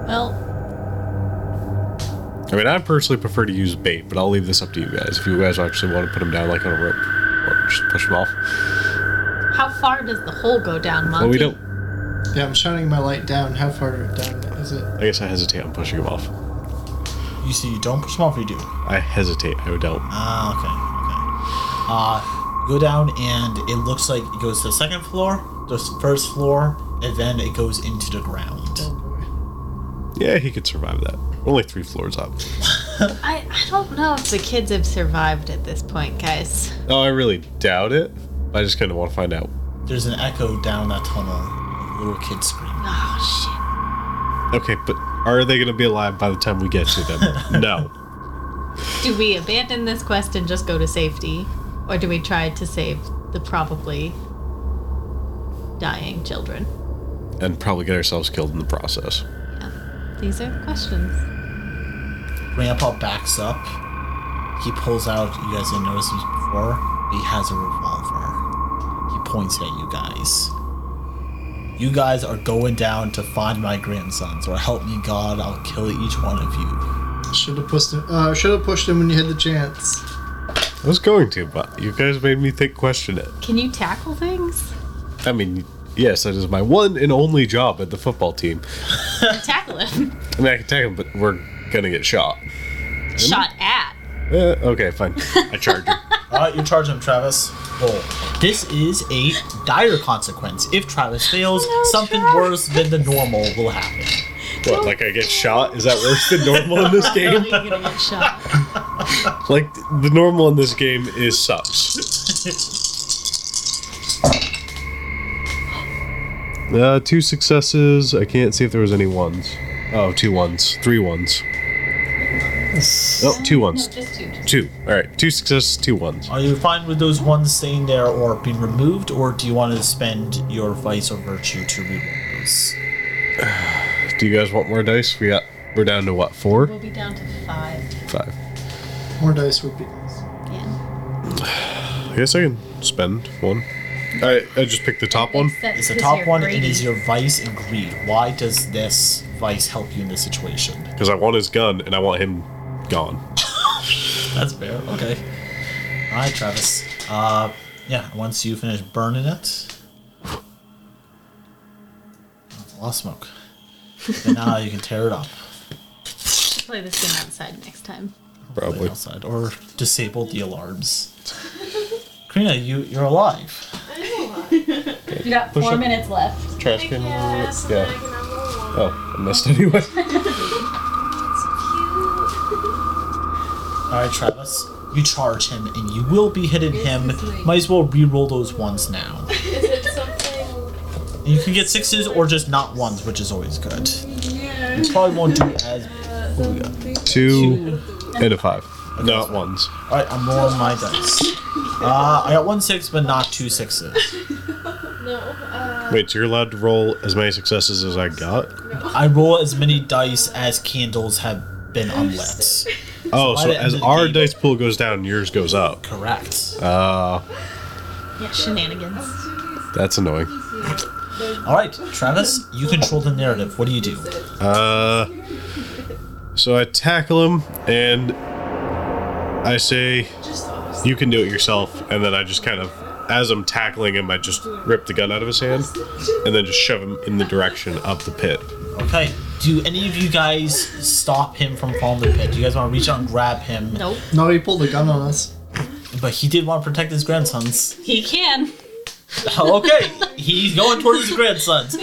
[SPEAKER 3] Well,
[SPEAKER 4] I mean, I personally prefer to use bait, but I'll leave this up to you guys. If you guys actually want to put them down like on a rope or just push them off.
[SPEAKER 3] how far does the hole go down, Monty?
[SPEAKER 4] Well, we don't.
[SPEAKER 2] Yeah, I'm shining my light down. How far down is it?
[SPEAKER 4] I guess I hesitate on pushing them off.
[SPEAKER 1] You see, you don't push them off, or you do.
[SPEAKER 4] I hesitate. I don't.
[SPEAKER 1] Ah, okay, okay. Uh, go down, and it looks like it goes to the second floor, the first floor, and then it goes into the ground.
[SPEAKER 4] Yeah, he could survive that. Only three floors up.
[SPEAKER 3] I, I don't know if the kids have survived at this point, guys.
[SPEAKER 4] Oh, I really doubt it. I just kind of want to find out.
[SPEAKER 1] There's an echo down that tunnel. of Little kid scream.
[SPEAKER 3] Oh,
[SPEAKER 4] Okay, but are they going to be alive by the time we get to them? no.
[SPEAKER 3] shit. Do we abandon this quest and just go to safety? Or do we try to save the probably dying children?
[SPEAKER 4] And probably get ourselves killed in the process.
[SPEAKER 3] Yeah. These are questions.
[SPEAKER 1] Grandpa backs up. He pulls out. You guys didn't notice this before. He has a revolver. He points it at you guys. You guys are going down to find my grandsons, or help me God, I'll kill each one of you.
[SPEAKER 2] Should have pushed him. Uh, should have pushed him when you had the chance.
[SPEAKER 4] I was going to, but you guys made me think, question it.
[SPEAKER 3] Can you tackle things?
[SPEAKER 4] I mean, yes, that is my one and only job at the football team.
[SPEAKER 3] tackle him.
[SPEAKER 4] I mean, I can take him, but we're gonna get shot.
[SPEAKER 3] Shot at.
[SPEAKER 4] Eh, okay, fine. I charge him.
[SPEAKER 1] All right, you're charging him, Travis. Roll. This is a dire consequence. If Travis fails, something worse than the normal will happen.
[SPEAKER 4] What? Like I get shot? Is that worse than normal in this
[SPEAKER 3] You're
[SPEAKER 4] game?
[SPEAKER 3] gonna get shot.
[SPEAKER 4] Like the normal in this game is sucks. Uh, two successes. I can't see if there was any ones. Oh, two ones. Three ones. Oh, two ones.
[SPEAKER 3] No, just two. Just
[SPEAKER 4] Two. All right. Two successes. Two ones.
[SPEAKER 1] Are you fine with those ones staying there or being removed, or do you want to spend your vice or virtue to reroll those?
[SPEAKER 4] Do you guys want more dice? We got. We're down to what? Four.
[SPEAKER 3] We'll be down to five
[SPEAKER 4] Five.
[SPEAKER 2] More dice would be nice.
[SPEAKER 3] again.
[SPEAKER 4] I guess I can spend one. All right. I just picked the top one.
[SPEAKER 3] Except
[SPEAKER 1] It's the
[SPEAKER 3] because
[SPEAKER 1] top
[SPEAKER 3] you're
[SPEAKER 1] one, and
[SPEAKER 3] greedy.
[SPEAKER 1] is your vice and greed. Why does this vice help you in this situation?
[SPEAKER 4] Because I want his gun and I want him gone.
[SPEAKER 1] That's fair. Okay. All right, Travis. Uh, yeah. Once you finish burning it, a lot of smoke. And now you can tear it up.
[SPEAKER 3] Play this game outside next time.
[SPEAKER 1] Put it
[SPEAKER 4] Probably.
[SPEAKER 1] outside or disable the alarms. Karina, you you're alive.
[SPEAKER 3] You got
[SPEAKER 4] Push
[SPEAKER 3] four
[SPEAKER 4] it.
[SPEAKER 3] minutes left.
[SPEAKER 4] Trash can.
[SPEAKER 5] Yes,
[SPEAKER 4] Yeah.
[SPEAKER 5] I can have one.
[SPEAKER 4] Oh, I missed anyway.
[SPEAKER 1] All right, Travis. You charge him, and you will be hitting him. Might as well re-roll those ones now.
[SPEAKER 5] Is it something?
[SPEAKER 1] And you can get sixes or just not ones, which is always good.
[SPEAKER 5] Yeah.
[SPEAKER 1] It probably won't do as.
[SPEAKER 4] Two and a five. Not ones.
[SPEAKER 1] All right, I'm rolling my dice. Uh, I got one six, but not two sixes.
[SPEAKER 5] No. Uh,
[SPEAKER 4] Wait, so you're allowed to roll as many successes as I got?
[SPEAKER 1] I roll as many dice as candles have been unlit.
[SPEAKER 4] Oh,
[SPEAKER 1] by
[SPEAKER 4] so
[SPEAKER 1] the end
[SPEAKER 4] as
[SPEAKER 1] of the
[SPEAKER 4] our
[SPEAKER 1] game-
[SPEAKER 4] dice pool goes down, yours goes up.
[SPEAKER 1] Correct.
[SPEAKER 4] Uh,
[SPEAKER 3] Yeah, shenanigans.
[SPEAKER 4] that's annoying.
[SPEAKER 1] All right, Travis, you control the narrative. What do you do?
[SPEAKER 4] Uh, so I tackle him and I say, You can do it yourself. And then I just kind of, as I'm tackling him, I just rip the gun out of his hand and then just shove him in the direction of the pit.
[SPEAKER 1] Okay. Do any of you guys stop him from falling to the pit? Do you guys want to reach out and grab him?
[SPEAKER 3] Nope.
[SPEAKER 2] No, he pulled a gun on us.
[SPEAKER 1] But he did want to protect his grandsons.
[SPEAKER 3] He can.
[SPEAKER 1] okay, he's going towards his grandsons.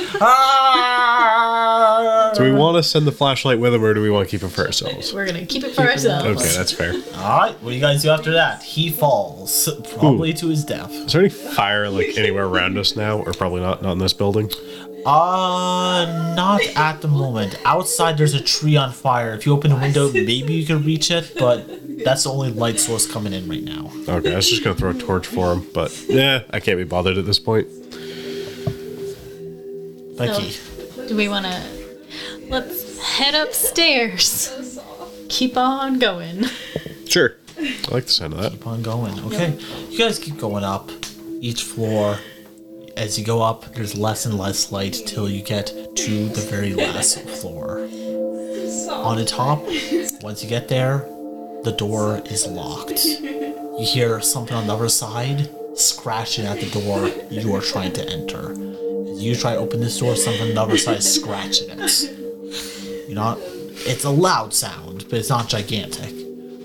[SPEAKER 1] Ah!
[SPEAKER 4] Do we want to send the flashlight with him or do we want to keep it for ourselves?
[SPEAKER 3] Uh-huh. We're gonna keep it for ourselves.
[SPEAKER 4] Okay, that's fair.
[SPEAKER 1] All right, what do you guys do after that? He falls, probably to his death.
[SPEAKER 4] Is there any fire like anywhere around us now, or probably not? Not in this building.
[SPEAKER 1] Uh, not at the moment. Outside, there's a tree on fire. If you open the window, maybe you can reach it, but that's the only light source coming in right now.
[SPEAKER 4] Okay, I was just gonna throw a torch for him, but yeah, I can't be bothered at this point.
[SPEAKER 1] Becky,
[SPEAKER 3] Do we want to? Let's. head upstairs. Keep on going.
[SPEAKER 4] Sure. I like the sound of that.
[SPEAKER 1] Keep on going. Okay. You guys keep going up each floor. As you go up, there's less and less light till you get to the very last floor. On the top, once you get there, the door is locked. You hear something on the other side scratching at the door you are trying to enter. As you try to open this door, something on the other side is scratching it. You're not. It's a loud sound, but it's not gigantic.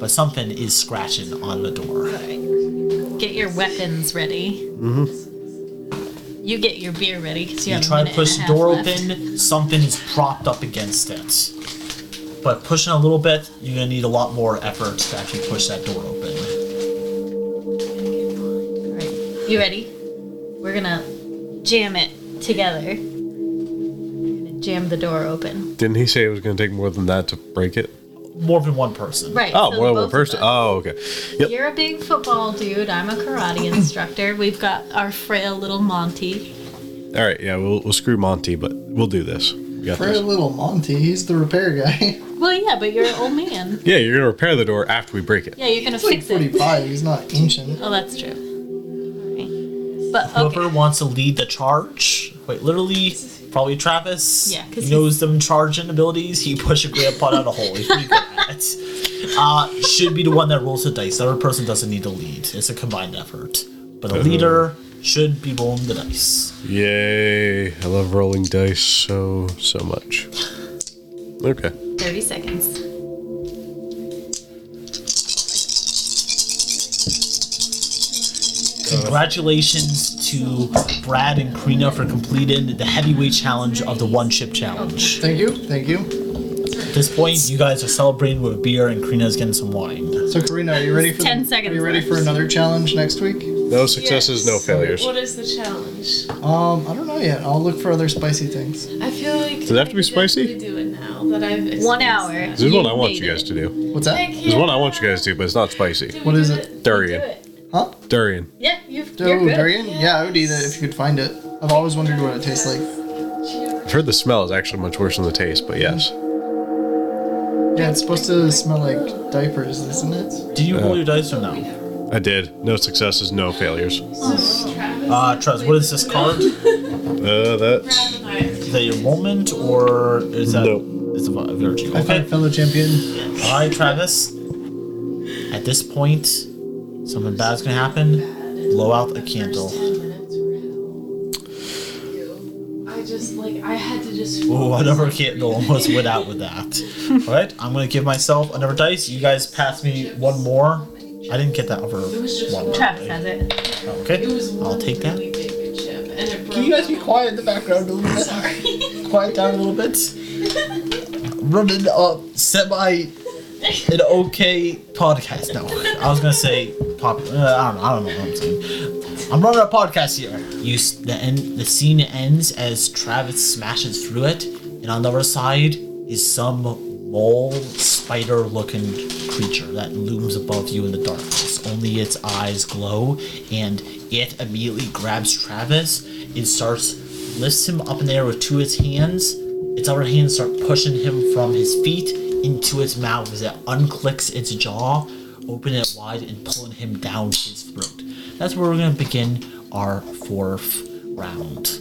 [SPEAKER 1] But something is scratching on the door.
[SPEAKER 3] Get your weapons ready. Mm-hmm. You get your beer ready because you,
[SPEAKER 1] Mm-hmm. You
[SPEAKER 3] have
[SPEAKER 1] try
[SPEAKER 3] a
[SPEAKER 1] to
[SPEAKER 3] minute and
[SPEAKER 1] push
[SPEAKER 3] a
[SPEAKER 1] the
[SPEAKER 3] half
[SPEAKER 1] door
[SPEAKER 3] left.
[SPEAKER 1] open, something is propped up against it. But pushing a little bit, you're gonna need a lot more effort to actually push that door open.
[SPEAKER 3] Right. You ready? We're gonna jam it together. We're gonna jam the door open.
[SPEAKER 4] Didn't he say it was going to take more than that to break it?
[SPEAKER 1] More than one person.
[SPEAKER 3] Right.
[SPEAKER 4] Oh,
[SPEAKER 3] so
[SPEAKER 4] more
[SPEAKER 3] both
[SPEAKER 4] than one
[SPEAKER 3] of
[SPEAKER 4] person.
[SPEAKER 3] us.
[SPEAKER 4] Oh, okay. Yep.
[SPEAKER 3] You're a big football dude. I'm a karate instructor. We've got our frail little Monty.
[SPEAKER 4] All right. Yeah, we'll, we'll screw Monty, but we'll do this. We got
[SPEAKER 2] For a
[SPEAKER 4] this.
[SPEAKER 2] little Monty, he's the repair guy.
[SPEAKER 3] Well, yeah, but you're an old man.
[SPEAKER 4] Yeah, you're going to repair the door after we break it.
[SPEAKER 3] Yeah, you're gonna fix it.
[SPEAKER 2] 45, he's not ancient.
[SPEAKER 3] Oh, that's true. Alright. But
[SPEAKER 1] Whoever
[SPEAKER 3] okay.
[SPEAKER 1] wants to lead the charge, quite literally, probably Travis.
[SPEAKER 3] Yeah, 'cause
[SPEAKER 1] he knows them charging abilities. He push a grandpa out of a hole. He's pretty good at it. Uh, should be the one that rolls the dice. The other person doesn't need to lead. It's a combined effort. But the leader should be rolling the dice.
[SPEAKER 4] Yay. I love rolling dice so, so much. Okay.
[SPEAKER 3] 30 seconds.
[SPEAKER 1] Congratulations to Brad and Karina for completing the heavyweight challenge of the one chip challenge.
[SPEAKER 2] Thank you, thank you.
[SPEAKER 1] At this point, you guys are celebrating with beer and Karina's getting some wine.
[SPEAKER 2] So, Karina, are you ready for
[SPEAKER 3] 10
[SPEAKER 2] the,
[SPEAKER 3] seconds
[SPEAKER 2] Are you ready
[SPEAKER 3] left.
[SPEAKER 2] for another challenge next week?
[SPEAKER 4] No successes, no
[SPEAKER 5] Yes.
[SPEAKER 4] failures.
[SPEAKER 5] What is the challenge?
[SPEAKER 2] Um, I don't know yet. I'll look for other spicy things.
[SPEAKER 5] I feel like
[SPEAKER 4] it have to be
[SPEAKER 5] I could
[SPEAKER 4] spicy?
[SPEAKER 5] definitely Do it now that I've
[SPEAKER 3] One hour.
[SPEAKER 5] experienced
[SPEAKER 4] This is
[SPEAKER 3] You
[SPEAKER 4] one I want
[SPEAKER 3] made
[SPEAKER 4] you guys
[SPEAKER 3] it.
[SPEAKER 4] to do.
[SPEAKER 2] What's
[SPEAKER 5] that.
[SPEAKER 2] that?
[SPEAKER 4] There's one I want you guys to do, but it's not spicy.
[SPEAKER 2] What is it?
[SPEAKER 4] Durian.
[SPEAKER 2] Huh?
[SPEAKER 4] Durian.
[SPEAKER 3] Yeah, you've, you're
[SPEAKER 2] Oh,
[SPEAKER 3] good.
[SPEAKER 2] durian? Yeah, I would eat it if you could find it. I've always wondered what it tastes like.
[SPEAKER 4] I've heard the smell is actually much worse than the taste, but yes.
[SPEAKER 2] Yeah, it's supposed to smell like diapers, isn't it?
[SPEAKER 1] Did you roll your dice or no?
[SPEAKER 4] I did. No successes, no failures.
[SPEAKER 1] Uh, Travis, what is this card? Is
[SPEAKER 4] Uh, that's.
[SPEAKER 1] that your moment or is that.
[SPEAKER 4] No.
[SPEAKER 1] It's a vi- a virtue.
[SPEAKER 2] I found
[SPEAKER 1] Okay.
[SPEAKER 2] a fellow champion.
[SPEAKER 1] Alright, Travis. At this point, something bad's gonna happen. Blow out a candle.
[SPEAKER 6] I just like I had to just
[SPEAKER 1] Ooh, another candle almost went out with that. Alright, I'm gonna give myself another dice. You guys pass me one more. I didn't get that other one.
[SPEAKER 3] Travis has it.
[SPEAKER 1] Okay, I'll take that.
[SPEAKER 6] really big good chip and it broke.
[SPEAKER 2] Can you guys be quiet in the background a little bit?
[SPEAKER 1] quiet down a little bit. Running up semi an okay podcast network. I was gonna say pop. Uh, I don't know. I don't know what I'm saying. I'm running a podcast here. You s- the end. The scene ends as Travis smashes through it, and on the other side is some mole spider-looking creature that looms above you in the darkness. Only its eyes glow, and it immediately grabs Travis and starts lifts him up in the air with two of its hands. Its other hands start pushing him from his feet into its mouth as it unclicks its jaw, opening it wide and pulling him down his throat. That's where we're going to begin our fourth round.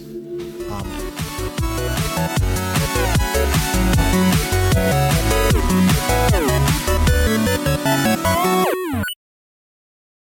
[SPEAKER 1] Um,